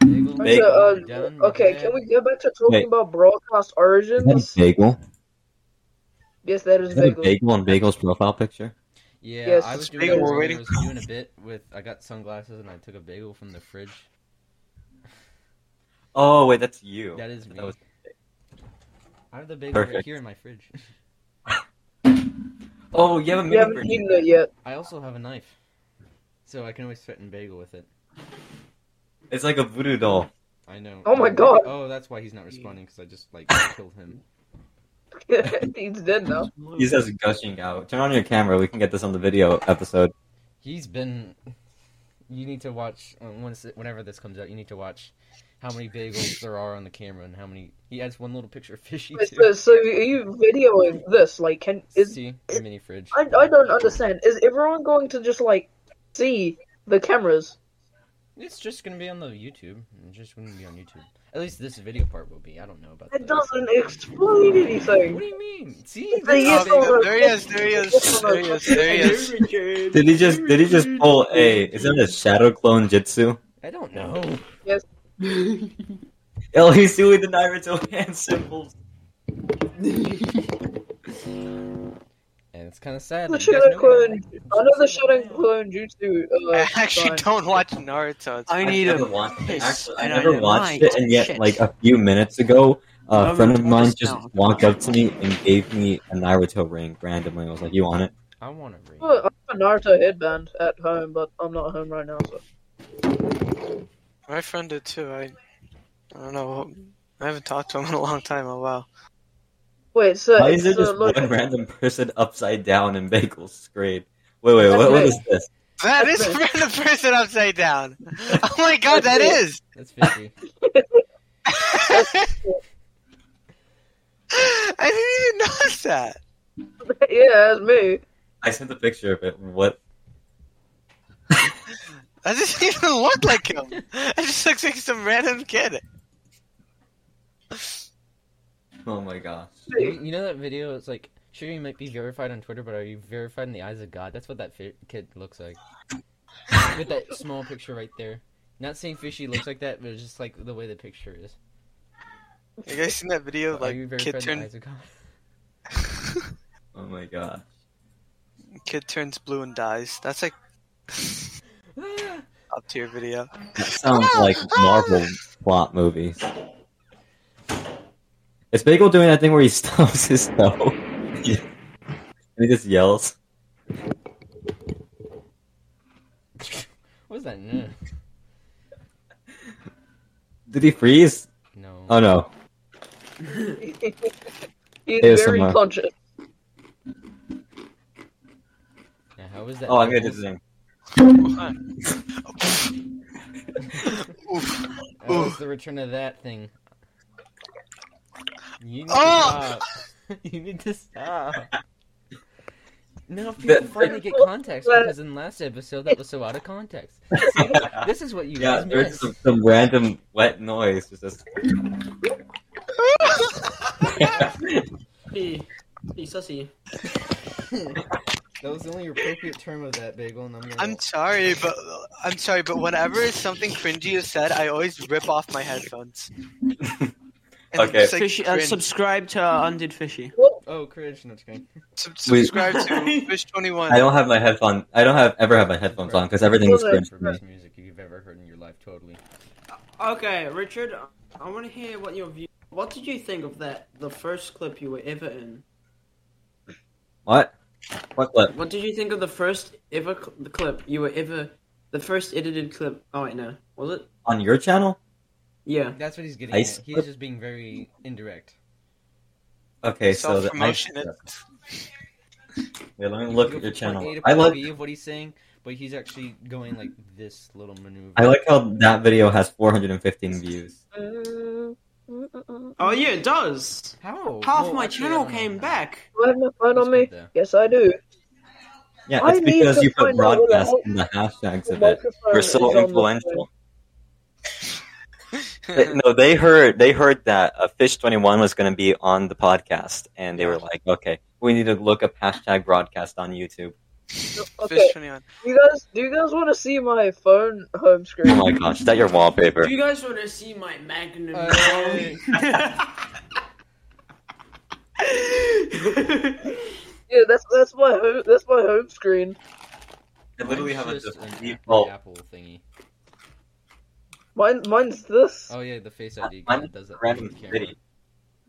S2: Bagel,
S1: Okay,
S7: Bagel.
S1: uh,
S2: we're done, we're
S1: okay,
S2: bad.
S1: can we go back to talking
S7: Wait.
S1: about broadcast
S7: Is that
S1: origins?
S7: a bagel?
S1: Yes, that is
S7: Is that a
S1: bagel.
S7: bagel on Bagel's profile picture?
S2: Yeah,
S1: Yes,
S2: I was doing.
S4: bagel,
S2: that
S4: we're
S2: earlier.
S4: waiting.
S2: I was doing a bit with. I got sunglasses and I took a bagel from the fridge.
S7: Oh wait, that's you.
S2: That is me.
S7: That was-
S2: I have the bagel right
S7: Perfect.
S2: here in my fridge.
S7: oh, you have
S1: You
S7: a mini
S1: haven't
S7: version.
S1: eaten it yet.
S2: I also have a knife, so I can always threaten bagel with it.
S7: It's like a voodoo doll.
S2: I know.
S1: Oh my God.
S2: Oh, that's why he's not responding because I just like killed him.
S1: He's dead now.
S7: He says gushing out. Turn on your camera. We can get this on the video episode.
S2: He's been. You need to watch um, once whenever this comes out. You need to watch how many bagels there are on the camera and how many. He adds one little picture of fishy
S1: Wait,
S2: too.
S1: So, so are you videoing this? Like, can is
S2: See the mini fridge.
S1: I, I don't understand. Is everyone going to just like see the cameras?
S2: It's just gonna be on the YouTube. It's just gonna be on YouTube. At least this video part will be. I don't know about
S1: It
S2: that.
S1: doesn't explain
S2: What
S1: anything.
S2: do you mean? See,
S1: It's a
S4: Oh,
S1: yes or no.
S4: there he is. There he is. There he is. There he is.
S7: Did he just? Did he just pull a? Is that a shadow clone jutsu?
S2: I don't know.
S7: El Hisui the Naruto hand symbols.
S2: And it's kind of sad.
S1: The
S2: That you guys
S1: Shadow
S2: know that.
S1: Clone. I know the Shadow Clone Jutsu. Uh,
S4: I actually
S1: sign.
S4: don't watch Naruto. It's
S5: I
S4: fine.
S5: need
S7: never
S5: a
S7: watched it.
S5: piss,
S7: Actually, I
S5: and
S7: never
S5: I
S7: watched
S5: might.
S7: it, and yet,
S5: Shit.
S7: like a few minutes ago, a
S5: I'm
S7: friend of
S5: gonna
S7: mine
S5: this
S7: just
S5: now.
S7: walked up to me and gave me a Naruto ring randomly. I was like, "You want it?"
S2: I want to read.
S1: Well, I have a Naruto headband at home, but I'm not home right now. So
S4: My friend did too. I, I don't know. I haven't talked to him in a long time. Oh wow.
S1: wait, so
S7: Why
S1: it's,
S7: is there just
S1: uh, look,
S7: one random person upside down in Bagel's screen? Wait, wait, what, what is this?
S4: That is
S1: That's
S4: friend the person upside down. Oh my god, that is.
S2: That's fishy.
S4: I didn't even notice that.
S1: yeah, that's me.
S7: I sent a picture of it. What?
S4: That doesn't even look like him. It just looks like some random kid.
S7: Oh my gosh!
S2: you, you know that video? It's like, sure, you might be verified on Twitter, but are you verified in the eyes of God? That's what that fi- kid looks like. with that small picture right there. Not saying fishy looks like that, but it's just like the way the picture is.
S4: You guys seen that video?
S2: Are you
S4: Like
S2: very
S4: kid
S2: friend to
S4: turn,
S2: Isaac?
S10: Oh my god.
S4: kid turns blue and dies. That's like up tier video.
S7: That sounds like Marvel plot movies. Is Bagel doing that thing where he stomps his toe? and he just yells.
S2: What was that? No.
S7: Did he freeze?
S2: no.
S7: Oh no.
S1: He's
S7: There's
S1: very
S7: some, uh,
S1: conscious.
S2: Now, how was that?
S7: Oh, I'm gonna do the thing.
S2: How was the return of that thing? You need
S4: Oh!
S2: to stop. you need to stop. Now people
S7: That-
S2: finally get context because in last episode that was so out of context. See, this is what you
S7: Yeah,
S2: guys missed.
S7: there's some, some random wet noise. It's Just
S5: Be, be sussy.
S2: That was the only appropriate term of that bagel, and I'm gonna.
S4: I'm sorry, but I'm sorry, but whenever something cringy is said, I always rip off my headphones. And I'm
S7: Okay.
S4: just, like,
S5: Fishy, uh,
S4: cringe.
S5: subscribe to uh, Undid Fishy.
S2: oh, cringe. No, it's fine.
S4: Sub-
S7: Wait.
S4: subscribe to Fish Twenty
S7: I
S4: One.
S7: don't have my headphone. I don't have ever have my headphones on because everything's
S1: Well, that's
S7: cringe
S2: For
S7: for me.
S2: best music you've ever heard in your life, totally.
S5: Okay, Richard, I want to hear what your view. What did you think of that? The first clip you were ever in.
S7: What? What clip?
S5: What did you think of the first ever cl- the clip you were ever, the first edited clip? Oh wait, no, was it?
S7: On your channel?
S5: Yeah.
S2: That's what he's getting.
S7: Ice
S2: at. He's
S7: clip?
S2: just being very indirect.
S7: Okay, so
S4: Self
S7: that my,
S4: promotion.
S7: yeah, let me
S2: You
S7: look
S2: go
S7: at your
S2: from
S7: channel.
S2: point A to
S7: I
S2: point
S7: like
S2: B of what he's saying, but he's actually going like this little maneuver.
S7: I like how that video has 415 views.
S5: Oh yeah, it does.
S2: how
S5: Half
S2: Well,
S5: my
S2: actually, I
S5: channel
S2: don't know
S5: came
S2: how.
S5: back.
S1: Why not, why
S2: That's
S1: not me?
S2: good, though.
S1: Yes, I do.
S7: Yeah,
S1: I
S7: it's
S1: need
S7: because
S1: to
S7: you put
S1: find out where the
S7: broadcast
S1: hell
S7: in the hashtags
S1: The
S7: of it.
S1: microphone
S7: We're
S1: is on
S7: so
S1: the
S7: influential. They- no, they heard they heard that uh, Fish Twenty One was going to be on the podcast, and they were like, "Okay, we need to look up hashtag broadcast on YouTube."
S1: phone.
S4: Fish
S1: Okay,
S4: Twenty One.
S1: do you guys, do you guys want to see my phone home
S7: Oh
S1: screen?
S7: my gosh, is that your wallpaper?
S5: Do you guys want to see my Magnum?
S2: Uh,
S1: Yeah, that's that's my home, that's my home screen.
S10: I literally
S2: mine's
S10: have a
S2: just an
S10: just
S2: Apple,
S7: Oh.
S10: default.
S2: Apple thingy.
S1: Mine, mine's this.
S2: Oh yeah, the Face ID
S10: Mine
S2: that does that.
S10: random
S2: thing with the camera.
S10: video.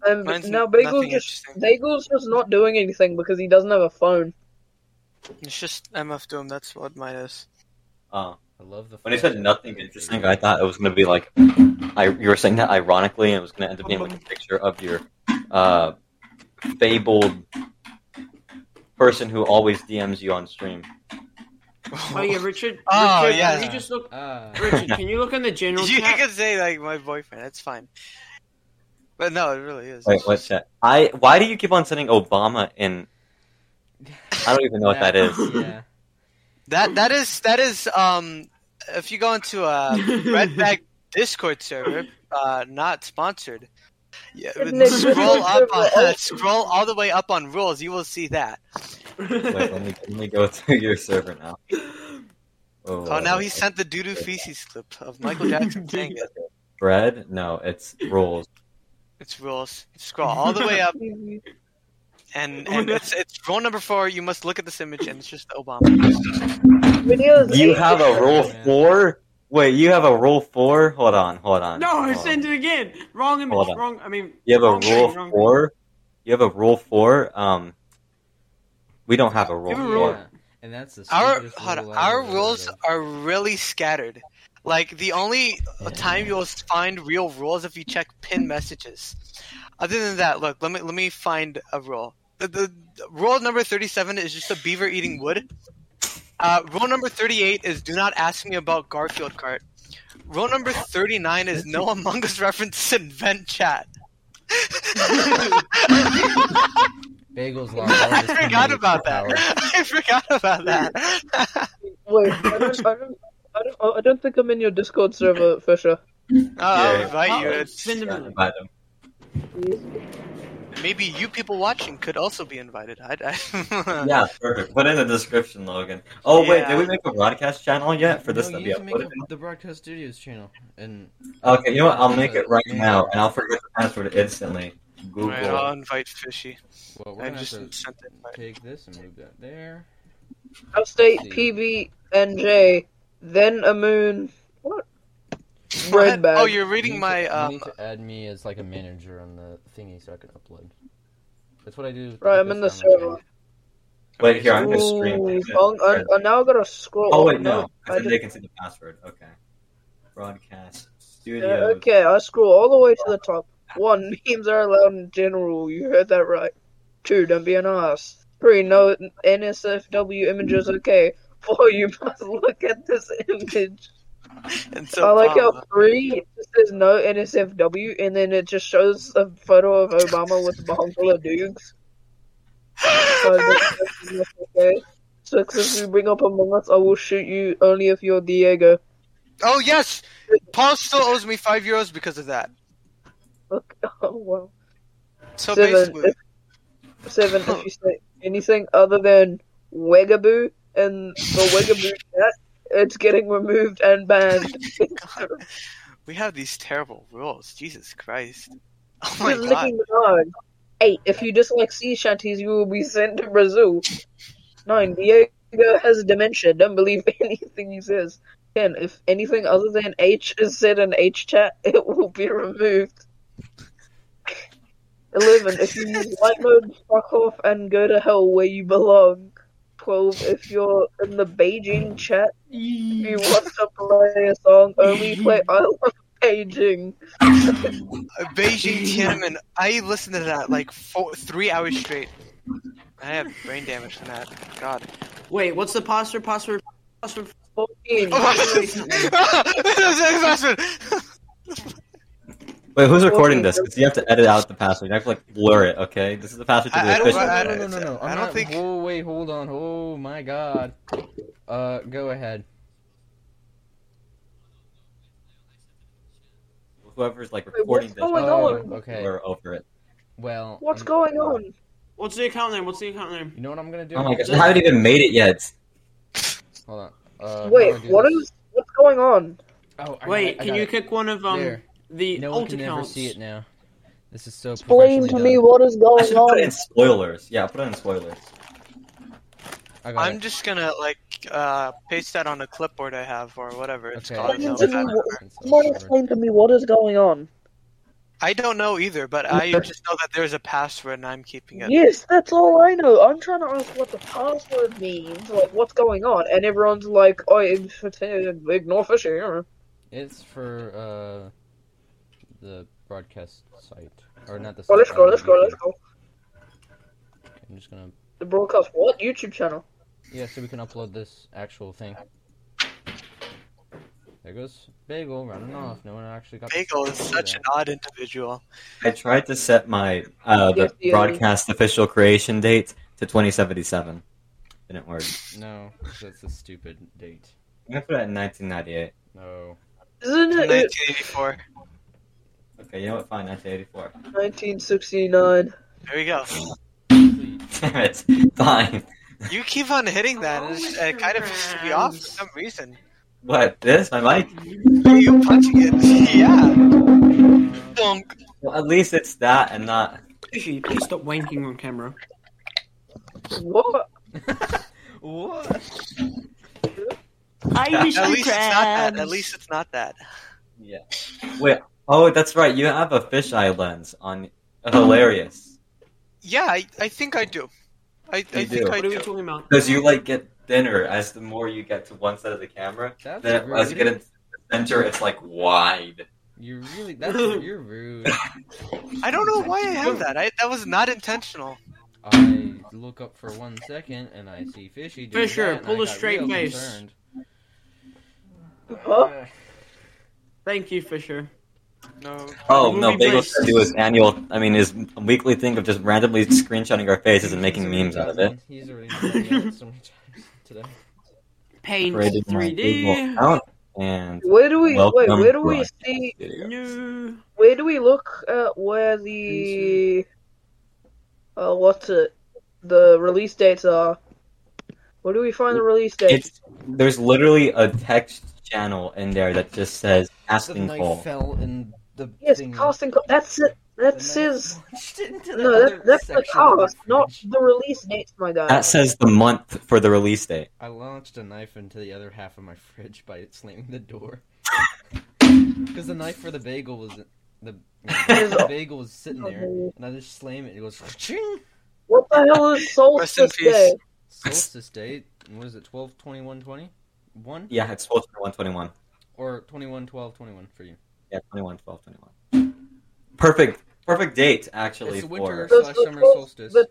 S1: and
S4: Mine's
S1: Um, now
S4: nothing
S1: Bagel just
S4: interesting.
S1: Bagel's just not doing anything because he doesn't have a phone.
S4: It's just MF Doom. That's what mine is.
S7: Oh.
S2: I love the.
S7: When he
S2: fact
S7: said
S2: that
S7: nothing
S2: it's
S7: interesting,
S2: very-
S7: I thought it was going to be like, I, you were saying that ironically, and it was going to end up being like a picture of your uh, fabled person who always DMs you on stream.
S5: oh yeah, Richard.
S4: Oh,
S5: Richard,
S4: yeah.
S5: Can you just look,
S2: Ah.
S5: Richard. Can you look in the general
S4: you
S5: chat?
S4: could say like my boyfriend. That's fine. But no, it really is.
S7: Wait, what's that? I. Why do you keep on sending Obama in? I don't even know what that is.
S2: Yeah.
S4: That that is that is um if you go into a uh, red bag Discord server, uh not sponsored. Yeah, but
S1: Isn't it
S4: scroll up
S1: Discord
S4: on, uh,
S1: server?
S4: scroll all the way up on rules, you will see that.
S7: Wait, let me, let me go to your server now.
S4: Oh, now he sent the doo doo feces clip of Michael Jackson saying it.
S7: bread. No, it's rules.
S4: It's rules. Scroll all the way up,
S1: Oh,
S4: and, and it's, it's rule number four. You must look at this image, and it's just Obama.
S1: Videos.
S7: You
S1: eight-
S7: have a rule four. Wait, you have a rule four. Hold on, hold on.
S5: no, I
S7: hold on.
S5: sent it again. Wrong
S7: Hold
S5: image.
S7: on.
S5: Wrong. I mean,
S7: You have a
S5: wrong
S7: rule
S5: thing, wrong thing.
S7: four. You have a rule four. Um, we don't have a rule
S5: have a
S7: four.
S2: Yeah. And that's the
S4: Our
S2: stupidest
S4: hold on,
S2: rule I've
S4: our
S2: ever
S4: rules
S2: heard of.
S4: are really scattered. Like the only
S2: Yeah.
S4: time you'll find real rules if you check pin messages. Other than that, look, let me let me find a rule. The, the, the rule number thirty-seven is just a beaver eating wood. Uh, rule number thirty-eight is do not ask me about Garfield cart. Rule number thirty-nine is no Among Us references in vent chat.
S2: Bagels lost all
S4: I
S2: of his
S4: forgot
S2: comedic
S4: about that.
S2: power.
S4: I forgot about that.
S1: Wait, I don't, I don't, I don't, I don't think I'm in your Discord server, Fisher.
S4: I'll
S7: Yeah.
S4: invite you.
S5: Oh,
S4: It's-
S5: send him a
S7: About them.
S4: Maybe you people watching could also be invited. I, I,
S7: Yeah, perfect. Put in the description, Logan. Oh wait,
S4: Yeah.
S7: did we make a broadcast channel yet for this
S2: No,
S7: to
S2: you
S7: be
S2: can make
S7: uploaded?
S2: the Broadcast Studios channel. And
S7: Okay, you know what? I'll make it right
S2: Yeah.
S7: now, and I'll forget the password instantly. Google.
S4: Alright, I'll invite Fishy.
S2: well, we're
S4: I
S2: gonna
S4: just
S2: have to
S4: sent the invite.
S2: take this and move that there.
S1: Upstate PBNJ, then a moon. What? Bread
S4: Oh,
S1: bag.
S4: you're reading
S2: You
S4: my.
S2: need to- You
S4: Um,
S2: need to add me as like a manager on the thingy so I can upload. That's what I do. with
S1: Right, I'm in the
S2: Broadcast Family
S1: server.
S7: Wait, here, I'm gonna stream.
S1: Ooh,
S7: this.
S1: I'm, I'm, I'm now gonna scroll.
S7: Oh wait,
S1: up.
S7: no. I
S1: I
S7: think
S1: did-
S7: they can see the password. Okay. Broadcast studio.
S1: Yeah, okay, I scroll all the way to the top. One, memes are allowed in general. You heard that right. Two, don't be an ass. Three, no NSFW images okay. Four, you must look at this image.
S4: and
S1: I
S4: so
S1: like
S4: Obama.
S1: how three it just says no NSFW, and then it just shows a photo of Obama with a bong full of dudes. Five, that's- that's okay. Six, if you bring up Among Us, I will shoot you only if you're Diego.
S4: Oh yes, Paul still owes me five euros because of that.
S1: Look, oh wow.
S4: So
S1: Seven.
S4: basically,
S1: If, seven. If you say anything other than Wegaboo and the Wegaboo chat, it's getting removed and banned.
S4: we have these terrible rules. Jesus Christ! Oh my
S1: You're
S4: God!
S1: licking the dog. Eight. If you dislike sea shanties, you will be sent to Brazil. Nine. Diego has dementia. Don't believe anything he says. Ten. If anything other than H is said in H chat, it will be removed. Eleven. If you use light mode, fuck off and go to hell where you belong. Twelve. If you're in the Beijing chat, if you want to play a song, only play I Love Beijing.
S4: Uh, Beijing Tiananmen. I listened to that like four, three hours straight. I have brain damage from that. God.
S5: Wait, what's the password? Password? Password?
S1: Fourteen.
S4: Oh
S7: Wait, who's
S1: Okay.
S7: recording this? Because you have to edit out the password. You have to like blur it. Okay, this is the password to
S4: I- I
S7: the
S4: don't-
S7: official.
S4: I-
S2: no, no, no, no, no.
S4: I
S2: I'm
S4: don't
S2: not,
S4: think-
S2: Oh wait, hold on. Oh my god. Uh, go ahead.
S7: Whoever's like
S1: Wait,
S7: recording
S1: what's
S7: this,
S1: going
S2: Oh,
S1: on?
S2: okay.
S7: blur over it.
S2: Well,
S1: What's
S2: um,
S1: going on?
S5: What's the account name? What's the account name?
S2: You know what I'm gonna do?
S7: Oh my gosh,
S5: Yeah.
S7: I haven't even made it yet.
S2: Hold on. Uh,
S1: Wait,
S2: what
S1: what is what's going on?
S2: Oh, I
S5: Wait,
S2: got it,
S5: can
S2: I got
S5: you
S2: it.
S5: kick one of um
S2: There.
S5: the
S2: No one
S5: old
S2: can ever
S5: accounts?
S2: see it now. This is so.
S1: Explain
S2: professionally
S1: to me
S2: done.
S1: what is
S7: I
S1: going
S7: should put it
S1: on.
S7: in spoilers. Yeah, put it in spoilers.
S2: I got
S4: I'm
S2: it.
S4: just gonna like uh, paste that on a clipboard I have or whatever it's
S2: Okay.
S4: called.
S1: Explain
S4: now.
S1: to me what- Someone explain to me what is going on.
S4: I don't know either, but I just know that there's a password and I'm keeping it.
S1: Yes, that's all I know. I'm trying to ask what the password means, like what's going on, and everyone's like, "Oh, ig- ignore fishy."
S2: It's for uh, the broadcast site, or not the.
S1: Oh,
S2: site,
S1: let's go,
S2: uh,
S1: let's go, let's
S2: YouTube.
S1: go.
S2: I'm just gonna.
S1: The broadcast what YouTube channel?
S2: Yeah, so we can upload this actual thing. There goes Bagel running off. No one actually got. the
S4: Bagel is
S2: chance to do
S4: such an
S2: that.
S4: odd individual.
S7: I tried to set my uh, the
S1: Yes, yes.
S7: broadcast official creation date to 2077. Didn't work.
S2: No, that's a stupid date.
S7: I'm gonna put it in 1998.
S2: No.
S1: Isn't it, it
S4: 1984.
S7: Okay, you know what? Fine, 1984.
S1: 1969?
S4: There you go.
S7: Damn it. Fine.
S4: You keep on hitting that, and it's, it kind of seems to be off for some reason.
S7: What? This? My mic?
S4: You punching it? Yeah. Dunk.
S7: Well, at least it's that and not.
S5: Fishy, please stop wanking on camera.
S1: What?
S2: What?
S7: Yeah,
S4: At least it's not that. At least it's not that.
S7: Yeah. Wait. Oh, that's right. You have a fisheye lens on. uh, Hilarious.
S4: Yeah, I, I think I do. I, I think
S7: do.
S4: I
S5: What are we
S4: do.
S5: talking about?
S7: Because you like get thinner as the more you get to one side of the camera.
S2: That's
S7: Then
S2: rude.
S7: as you get into the center, it's like wide.
S2: You really? That's you're rude.
S4: I don't know why I have that. I, that was not intentional.
S2: I look up for one second and I see Fishy. Doing
S5: Fisher,
S2: that, and
S5: pull
S2: I
S5: a
S2: got
S5: straight
S2: real
S5: face.
S2: concerned. Uh,
S1: Huh?
S5: Thank you, Fisher.
S4: No.
S7: Oh
S5: Movie
S7: no, Bagel
S5: place.
S7: said do his annual. I mean, his weekly thing of just randomly screenshotting our faces and making
S2: He's already
S7: memes out of
S2: done-
S7: it.
S2: He's already done that so many times today.
S5: Paint
S7: Created my Google
S5: 3D.
S7: account and
S1: Where do we wait?
S7: Welcome
S1: Where do we
S7: broadcast.
S1: see?
S5: New.
S1: Where do we look at where the uh, what's it? The release dates are. Where do we find the release dates?
S7: It's there's literally a text channel in there that just says
S2: The
S7: casting
S2: knife
S7: call.
S2: fell in the
S1: Yes,
S2: thing.
S1: casting. Call. That's it.
S2: The
S1: That
S2: knife
S1: says
S2: launched into the
S1: no.
S2: other
S1: That, that's the
S2: section of the
S1: cast, not
S2: fridge.
S1: the release dates, my guy.
S8: That says the month for the release date.
S2: I launched a knife into the other half of my fridge by slamming the door. Because the knife for the bagel was the, the bagel was sitting there, and I just slam it. And it goes ching.
S1: What the hell is
S4: Rest in
S1: Solstice
S4: peace.
S1: Day?
S2: Solstice date. What is it? 12, 21, 20? One
S7: Yeah, it's 12, 21, 21.
S2: or 21, 12, 21 for you.
S7: Yeah, 21, 12, 21. Perfect, perfect date actually
S2: It's the winter
S7: for
S1: Those-
S2: slash
S1: those-
S2: summer
S1: those-
S2: solstice.
S1: the-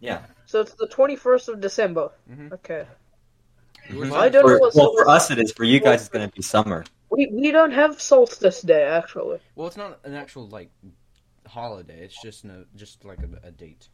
S7: yeah.
S1: So it's the twenty first of December.
S2: Mhm.
S1: Okay.
S2: Yours
S1: I
S2: is-
S1: don't know
S7: For,
S1: what
S7: well, for
S1: summer-
S7: us it is. For you guys, it's gonna be summer.
S1: We we don't have Solstice Day actually.
S2: Well, it's not an actual like holiday. It's just no, just like a, a date.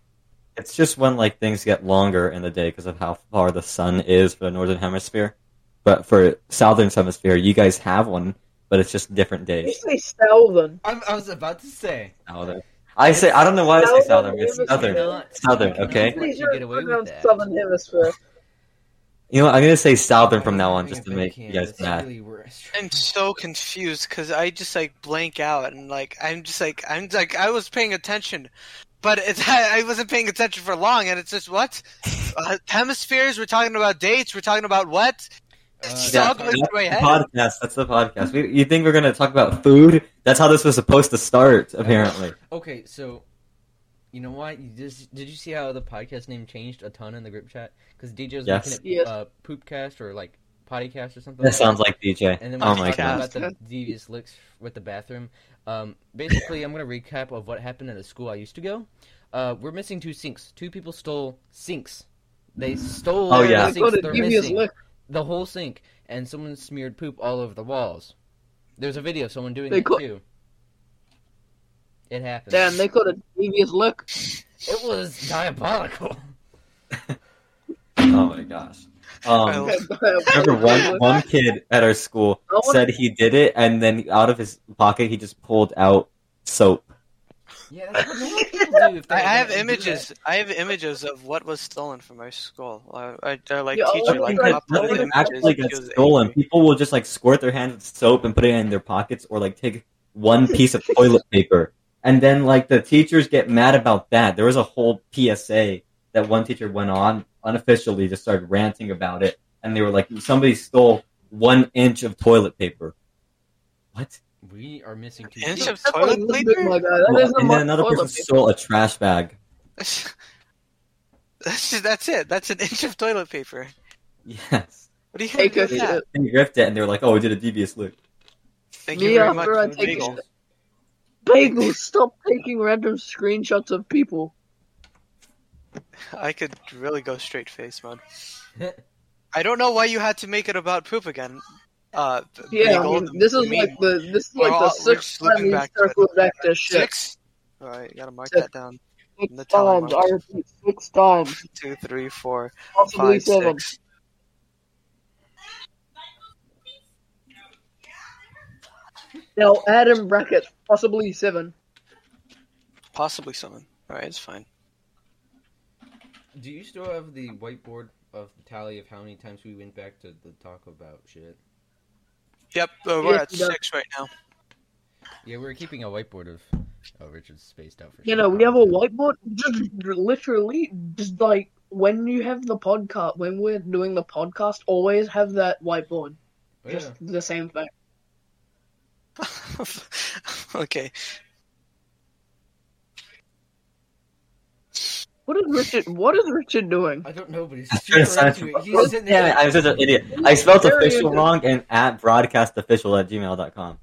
S7: It's just when like things get longer in the day because of how far the sun is for the northern hemisphere. But for southern hemisphere, you guys have one, but it's just different
S1: You
S7: days.
S1: say Southern.
S2: I'm, I was about to say.
S7: Southern. I say I don't know why I say southern.
S1: Southern
S7: It's
S1: hemisphere.
S7: southern.
S2: Not-
S7: Southern,
S2: not
S7: okay.
S2: let you get away with that.
S1: Southern Hemisphere.
S7: You know, what, I'm gonna say southern from
S2: I'm
S7: now on
S2: having
S7: just
S2: a
S7: to make
S2: big
S7: you guys
S2: canvas.
S7: mad.
S2: Really worse.
S4: I'm so confused because I just like blank out and like I'm just like I'm like I was paying attention, but it's, I, I wasn't paying attention for long, and it's just what uh, hemispheres. We're talking about dates. We're talking about what?
S2: Uh,
S4: Stop
S2: yeah,
S4: it.
S7: that's
S4: my
S7: the
S4: head.
S7: podcast. That's the podcast. We, you think we're gonna talk about food? That's how this was supposed to start, apparently.
S2: Okay, so you know what? You just did you see how the podcast name changed a ton in the group chat? Because DJ's
S7: Yes.
S2: making it
S1: Yes.
S2: uh, poopcast or like pottycast or something.
S7: That sounds like DJ.
S2: And then
S7: Oh
S2: we're
S7: my
S2: talking
S7: god.
S2: about the devious licks with the bathroom. Um, basically, I'm gonna recap of what happened at the school I used to go. Uh, we're missing two sinks. Two people stole sinks. They stole.
S7: Oh,
S2: the
S7: yeah.
S2: sinks
S1: Go to
S2: they're
S1: Devious
S2: missing.
S1: Lick.
S2: the whole sink, and someone smeared poop all over the walls. There's a video of someone doing
S1: They
S2: it
S1: cou-
S2: too. It happened.
S1: Damn, they called it devious look.
S2: It was diabolical.
S7: Oh my gosh. Um,
S4: Well,
S7: I remember one one kid at our school
S1: I wanna-
S7: said he did it, and then out of his pocket he just pulled out soap.
S2: Yeah, that's what normal people do. If
S4: I,
S2: they're
S4: I have
S2: gonna do
S4: images. I have images of what was stolen from our school. Uh, I, I, I like
S1: Yeah, I
S4: teacher
S1: don't
S4: like
S1: think Oh,
S7: that
S1: that's-
S4: uploaded
S7: nothing
S4: images.
S7: actually
S4: and she
S7: gets
S4: was
S7: stolen.
S4: angry.
S7: People will just like squirt their hands with soap and put it in their pockets, or like take one piece of toilet paper, and then like the teachers get mad about that. There was a whole PSA that one teacher went on unofficially, just started ranting about it, and they were like, "Somebody stole one inch of toilet paper." What?
S2: that. We are missing two.
S4: Inch
S2: people.
S4: of toilet
S1: My
S4: paper.
S1: guy. That isn't
S7: and
S1: much
S7: then another
S1: toilet
S7: person
S1: paper.
S7: stole a trash bag.
S4: That's just, that's it. That's an inch of toilet paper.
S7: Yes.
S4: What are you gonna
S1: Take
S4: do
S1: a
S4: with that?
S1: shit.
S7: Then you ripped it, and they were like, "Oh, we did a devious loop."
S4: Thank
S1: Me
S4: you very much.
S1: after I
S4: for the
S1: take a
S4: bagel.
S1: shit. Bagel, stop taking random screenshots of people.
S4: I could really go straight face mode. I don't know why you had to make it about poop again. Uh, b-
S1: Yeah, I
S4: bagel,
S1: mean, this is
S4: mean,
S1: like the this is
S4: We're
S1: like the
S4: all- we're
S1: sixth
S4: just
S1: time
S4: looking
S1: you
S4: back to it.
S1: circled back to shit.
S4: six. All right, gotta mark
S1: Six.
S4: that down.
S1: Six
S4: The time
S1: times, I
S4: mark.
S1: repeat, six times,
S4: Two, three, four,
S1: possibly
S4: five,
S1: seven.
S4: six.
S1: Now add in brackets, possibly seven.
S4: possibly seven. All right, it's fine.
S2: Do you still have the whiteboard of the tally of how many times we went back to the talk about shit?
S4: Yep, uh, we're
S1: Yes,
S4: at
S1: you got-
S4: six right now.
S2: Yeah, we were keeping a whiteboard of. Oh, Richard's spaced out for.
S1: You
S2: shit. Oh,
S1: know, we have a whiteboard. Just literally, just like when you have the podcast, when we're doing the podcast, always have that whiteboard.
S2: Oh, yeah.
S1: Just the same thing.
S4: okay,
S1: What is Richard? What is Richard doing?
S2: I don't know, but he's
S7: Damn
S2: super into it. He's sitting there.
S7: it, I'm such an idiot. I spelled
S1: Very
S7: official
S1: good.
S7: wrong and at broadcastofficial at gmail.com.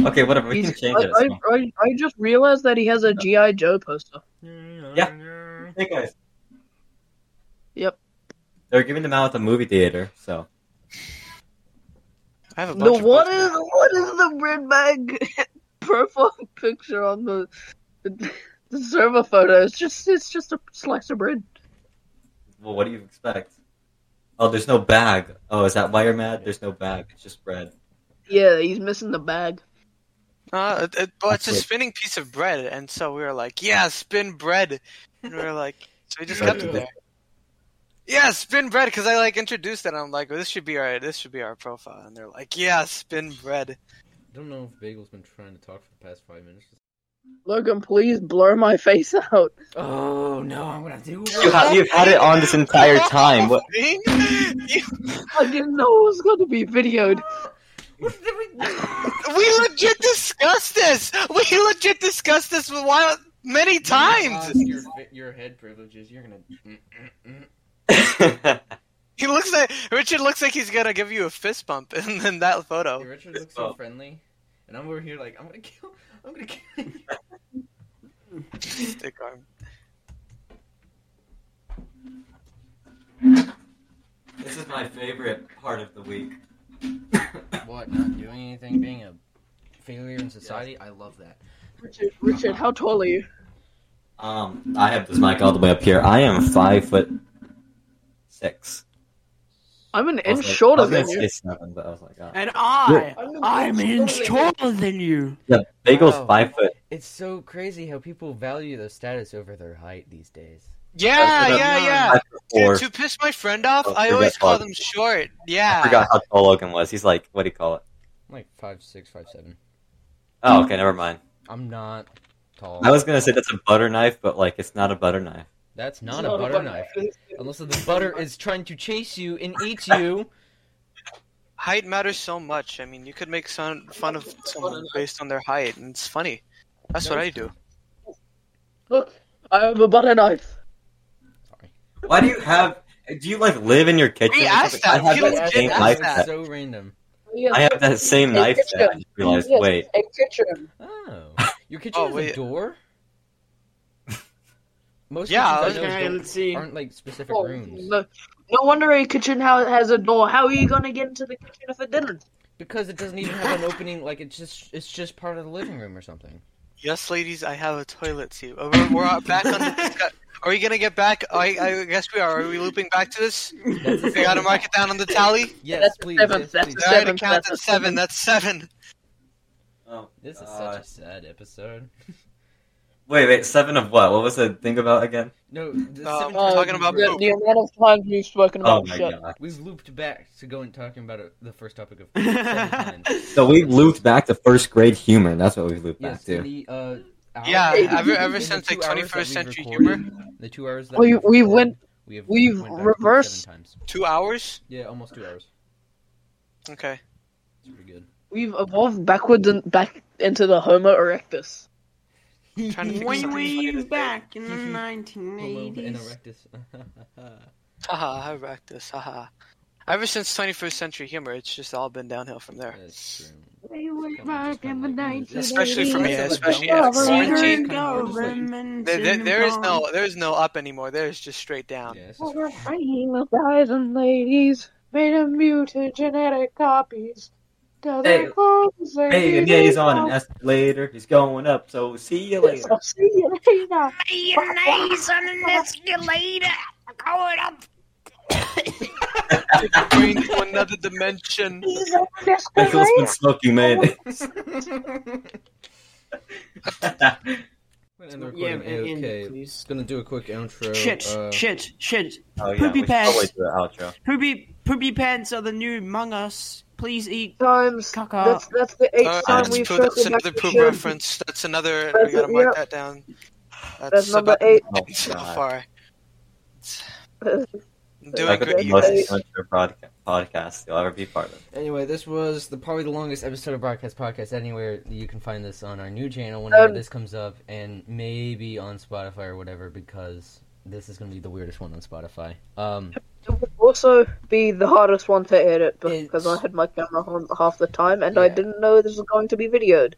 S7: Okay, whatever. We
S1: He's-
S7: can change it.
S1: I, I, I, I just realized that he has a GI Joe poster.
S2: Yeah.
S7: Hey guys.
S1: Yep.
S7: They're giving them out at the movie theater, so
S4: I have a
S1: The
S4: bunch. of
S1: what
S4: books
S1: is
S4: now.
S1: what is the red bag profile picture on the, the the server photo? It's just it's just a slice of bread.
S7: well, what do you expect? Oh, there's no bag. Oh, is that why you're mad? There's no bag. It's just bread.
S1: Yeah, he's missing the bag.
S4: Uh, it, it- well, it's a
S8: That's it.
S4: spinning piece of bread, and so we were like, "Yeah, spin bread," and we were like, so we just
S8: Yeah.
S4: kept it there. Yeah, spin bread, because I like introduced it. and I'm like, well, "This should be our this should be our profile," and they're like, "Yeah, spin bread."
S2: don't know if Bagel's been trying to talk for the past five minutes.
S1: Logan, please blur my face out.
S2: Oh no, I'm gonna do
S8: You ha- you've had it on this entire time. What?
S4: You-
S1: I didn't know it was going to be videoed.
S4: we legit discussed this. We legit discussed this a while many times.
S2: Your, your head privileges. You're gonna. mm,
S8: I
S4: He looks like Richard looks like he's gonna give you a fist bump, and then that
S2: Hey,
S4: photo.
S2: Richard looks so friendly, and I'm over here like I'm gonna kill. I'm gonna kill. you."
S4: Stick arm.
S7: This is my favorite part of the week.
S2: what? Not doing anything, being a failure in society. I love that.
S1: Richard, Richard, how tall are you?
S7: Um, I have this mic all the way up here. I am five foot six.
S1: I'm an
S7: I was
S1: inch
S7: like-
S1: shorter
S7: I was gonna
S1: than you.
S7: say seven, but I was like,
S8: oh.
S7: ah.
S5: And I,
S1: I'm an
S5: I'm
S1: inch
S5: in
S1: taller
S5: taller than you.
S8: yeah, Bagel's
S2: Wow.
S8: five foot.
S2: It's so crazy how people value their status over their height these days.
S4: Yeah,
S8: That's
S4: yeah,
S5: enough.
S4: yeah.
S8: Five foot
S4: Dude,
S8: four.
S4: to piss my friend off,
S8: Oh,
S4: I
S8: forgot
S4: always call
S8: about-
S4: them short.
S8: I
S4: Yeah.
S8: forgot how tall Logan was. He's like, what do you call it?
S2: I'm like five six, five seven.
S8: Oh, okay, never mind.
S2: I'm not tall.
S8: I was gonna say that's a butter knife, but like it's not a butter knife.
S2: That's
S1: It's
S2: not a butter knife. Unless the butter is trying to chase you and eat you.
S4: Height matters so much. I mean, you could make son- fun of someone based on their height, and it's funny. That's what I do.
S1: Look, I have a butter knife.
S7: Why do you have? Do you like live in your kitchen?
S4: We
S7: or
S4: asked
S7: something?
S4: that.
S7: I
S4: We
S7: have that
S4: legit
S8: same
S4: asked
S8: knife
S4: that.
S8: set.
S2: so random.
S1: Yes,
S8: I have that same
S1: Hey,
S8: knife set. I just realized.
S1: yes,
S8: Wait,
S1: A kitchen.
S2: Oh, your kitchen
S4: Oh,
S2: has a
S4: wait.
S2: door. Most
S4: Yeah, I
S2: kitchens
S4: was
S2: I know
S5: Okay,
S2: don't-
S5: let's see.
S2: aren't like specific
S1: Oh,
S2: rooms
S1: no, no wonder a kitchen house has a door. How are you going to get into the kitchen if it didn't?
S2: because it doesn't even have an opening. Like it's just it's just part of the living room or something.
S4: Yes, ladies, I have a toilet seat. Uh, We're, we're back on the discu- Are we gonna get back? I, I guess we are. Are we looping back to this? We gotta mark it down on the tally.
S2: Yes,
S1: That's a
S2: please.
S1: seven,
S2: yes,
S1: that's a
S2: please.
S4: I already
S1: Seven,
S4: counted
S1: that's a
S4: seven. That's seven.
S7: Oh,
S2: This is
S7: Uh,
S2: such a sad episode.
S7: wait, wait. Seven of what? What was the thing about again?
S2: No, the
S4: Uh,
S2: seven-
S4: we're talking about
S1: Oh, the,
S4: poop.
S1: the amount of times we've spoken
S7: Oh
S1: about
S7: my
S1: shit.
S7: god.
S2: We've looped back to going talking about it, the first topic of seven
S1: Ah,
S2: times.
S8: so we looped back to first grade humor. That's what we looped
S2: Yes,
S8: back to.
S2: in the, uh, hour-
S4: Yeah,
S2: in
S4: ever
S2: the
S4: ever
S2: two
S4: since like
S2: hours that
S4: 21st
S2: we've
S4: century
S2: recorded,
S4: humor,
S2: The two hours. That
S1: We-
S2: we've
S1: we
S2: recorded,
S1: went-
S2: We have
S1: we've
S2: went back and forth
S1: reversed-
S2: seven times.
S4: two hours.
S2: Yeah, almost two hours.
S4: Okay.
S2: It's pretty good.
S1: We've evolved backwards and back into the Homo erectus.
S4: trying to think of
S5: Way,
S4: something funny to
S5: way
S4: say.
S5: back in the
S4: Mm-hmm.
S2: Homo and
S5: 1980s.
S2: erectus.
S4: Haha, Uh-huh, I wrecked this. Haha. Ever since 21st century humor, it's just all been downhill from there.
S2: That's true.
S5: Way, way
S2: Kinda
S5: back
S2: just kinda
S5: in the
S2: like-
S5: 1980s.
S4: Especially for me,
S2: Kinda like
S4: especially
S2: Velvet
S4: after
S2: Revolver.
S4: quarantine.
S2: Kinda more just like-
S4: There, there, there is no, there is no up anymore. There is just straight down.
S2: Yeah, it's just-
S1: Over guys and ladies made of mutant genetic copies. Till
S7: Hey.
S1: their clothes they
S7: Hey, and yeah, he's on an escalator. He's going up. So see you later.
S1: So see you later.
S4: Going to another dimension.
S1: He's on an
S8: Michael's been
S1: escalator.
S8: smoking mayonnaise.
S2: We're gonna end the
S5: Yeah,
S2: recording.
S5: and, and
S2: okay.
S5: please.
S2: Gonna do a quick outro.
S5: Shit,
S2: uh,
S5: shit, shit.
S7: oh yeah,
S5: Poopy
S7: we should probably
S5: pants.
S7: do an outro. Oh,
S5: Poopy, poopy pants are the new Among Us. Please eat
S1: times.
S5: caca.
S1: That's, that's the eighth
S4: Alright,
S1: time
S4: uh, that's,
S1: we've
S4: poop- that's
S1: circled back
S4: another
S1: to
S4: poop
S1: shit.
S4: reference. That's another.
S1: That's
S4: we gotta
S1: it,
S4: mark
S1: yep.
S4: that down. That's,
S1: That's number
S4: about
S1: eight.
S7: Oh,
S4: it so
S7: God.
S4: far. I'm
S1: I
S4: doing
S1: could
S4: good.
S1: be
S4: you
S1: most-
S4: guys.
S7: amateur broadca- podcast you'll ever be part of.
S2: Anyway, this was the probably the longest episode of Broadcast Podcast anywhere. You can find this on our new channel whenever
S1: Um,
S2: this comes up, and maybe on Spotify or whatever because this is gonna be the weirdest one on Spotify. Um,
S1: It would also be the hardest one to edit because
S2: It's-
S1: I had my camera on half the time and I
S2: Yeah.
S1: didn't know this was going to be videoed.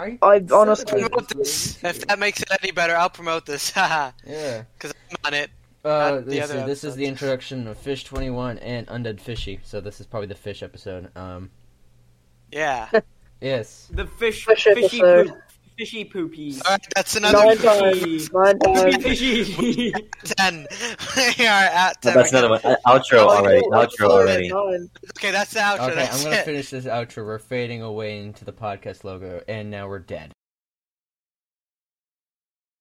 S2: I,
S1: I honestly-
S4: Promote this. If that makes it any better, I'll promote this. Haha.
S2: yeah.
S4: Because I'm on it.
S2: Uh,
S4: Not the
S2: let's
S4: other
S2: see, this is
S4: episode.
S2: the introduction of Fish Twenty One and Undead Fishy, so this is probably the fish episode. Um,
S4: Yeah.
S2: yes.
S5: The fish,
S1: Fish
S5: fishy
S1: episode.
S5: poop. fishy poopies.
S4: All right, that's another
S1: Nine
S5: Another-
S1: times. Nine times.
S5: Fishy.
S4: ten. we are at ten.
S7: That's another one. Uh, Outro
S1: Oh,
S7: already. Outro already.
S1: Nine.
S4: Okay, that's the outro.
S2: Okay,
S4: that's
S2: I'm gonna
S4: it.
S2: finish this outro. We're fading away into the podcast logo, and now we're dead.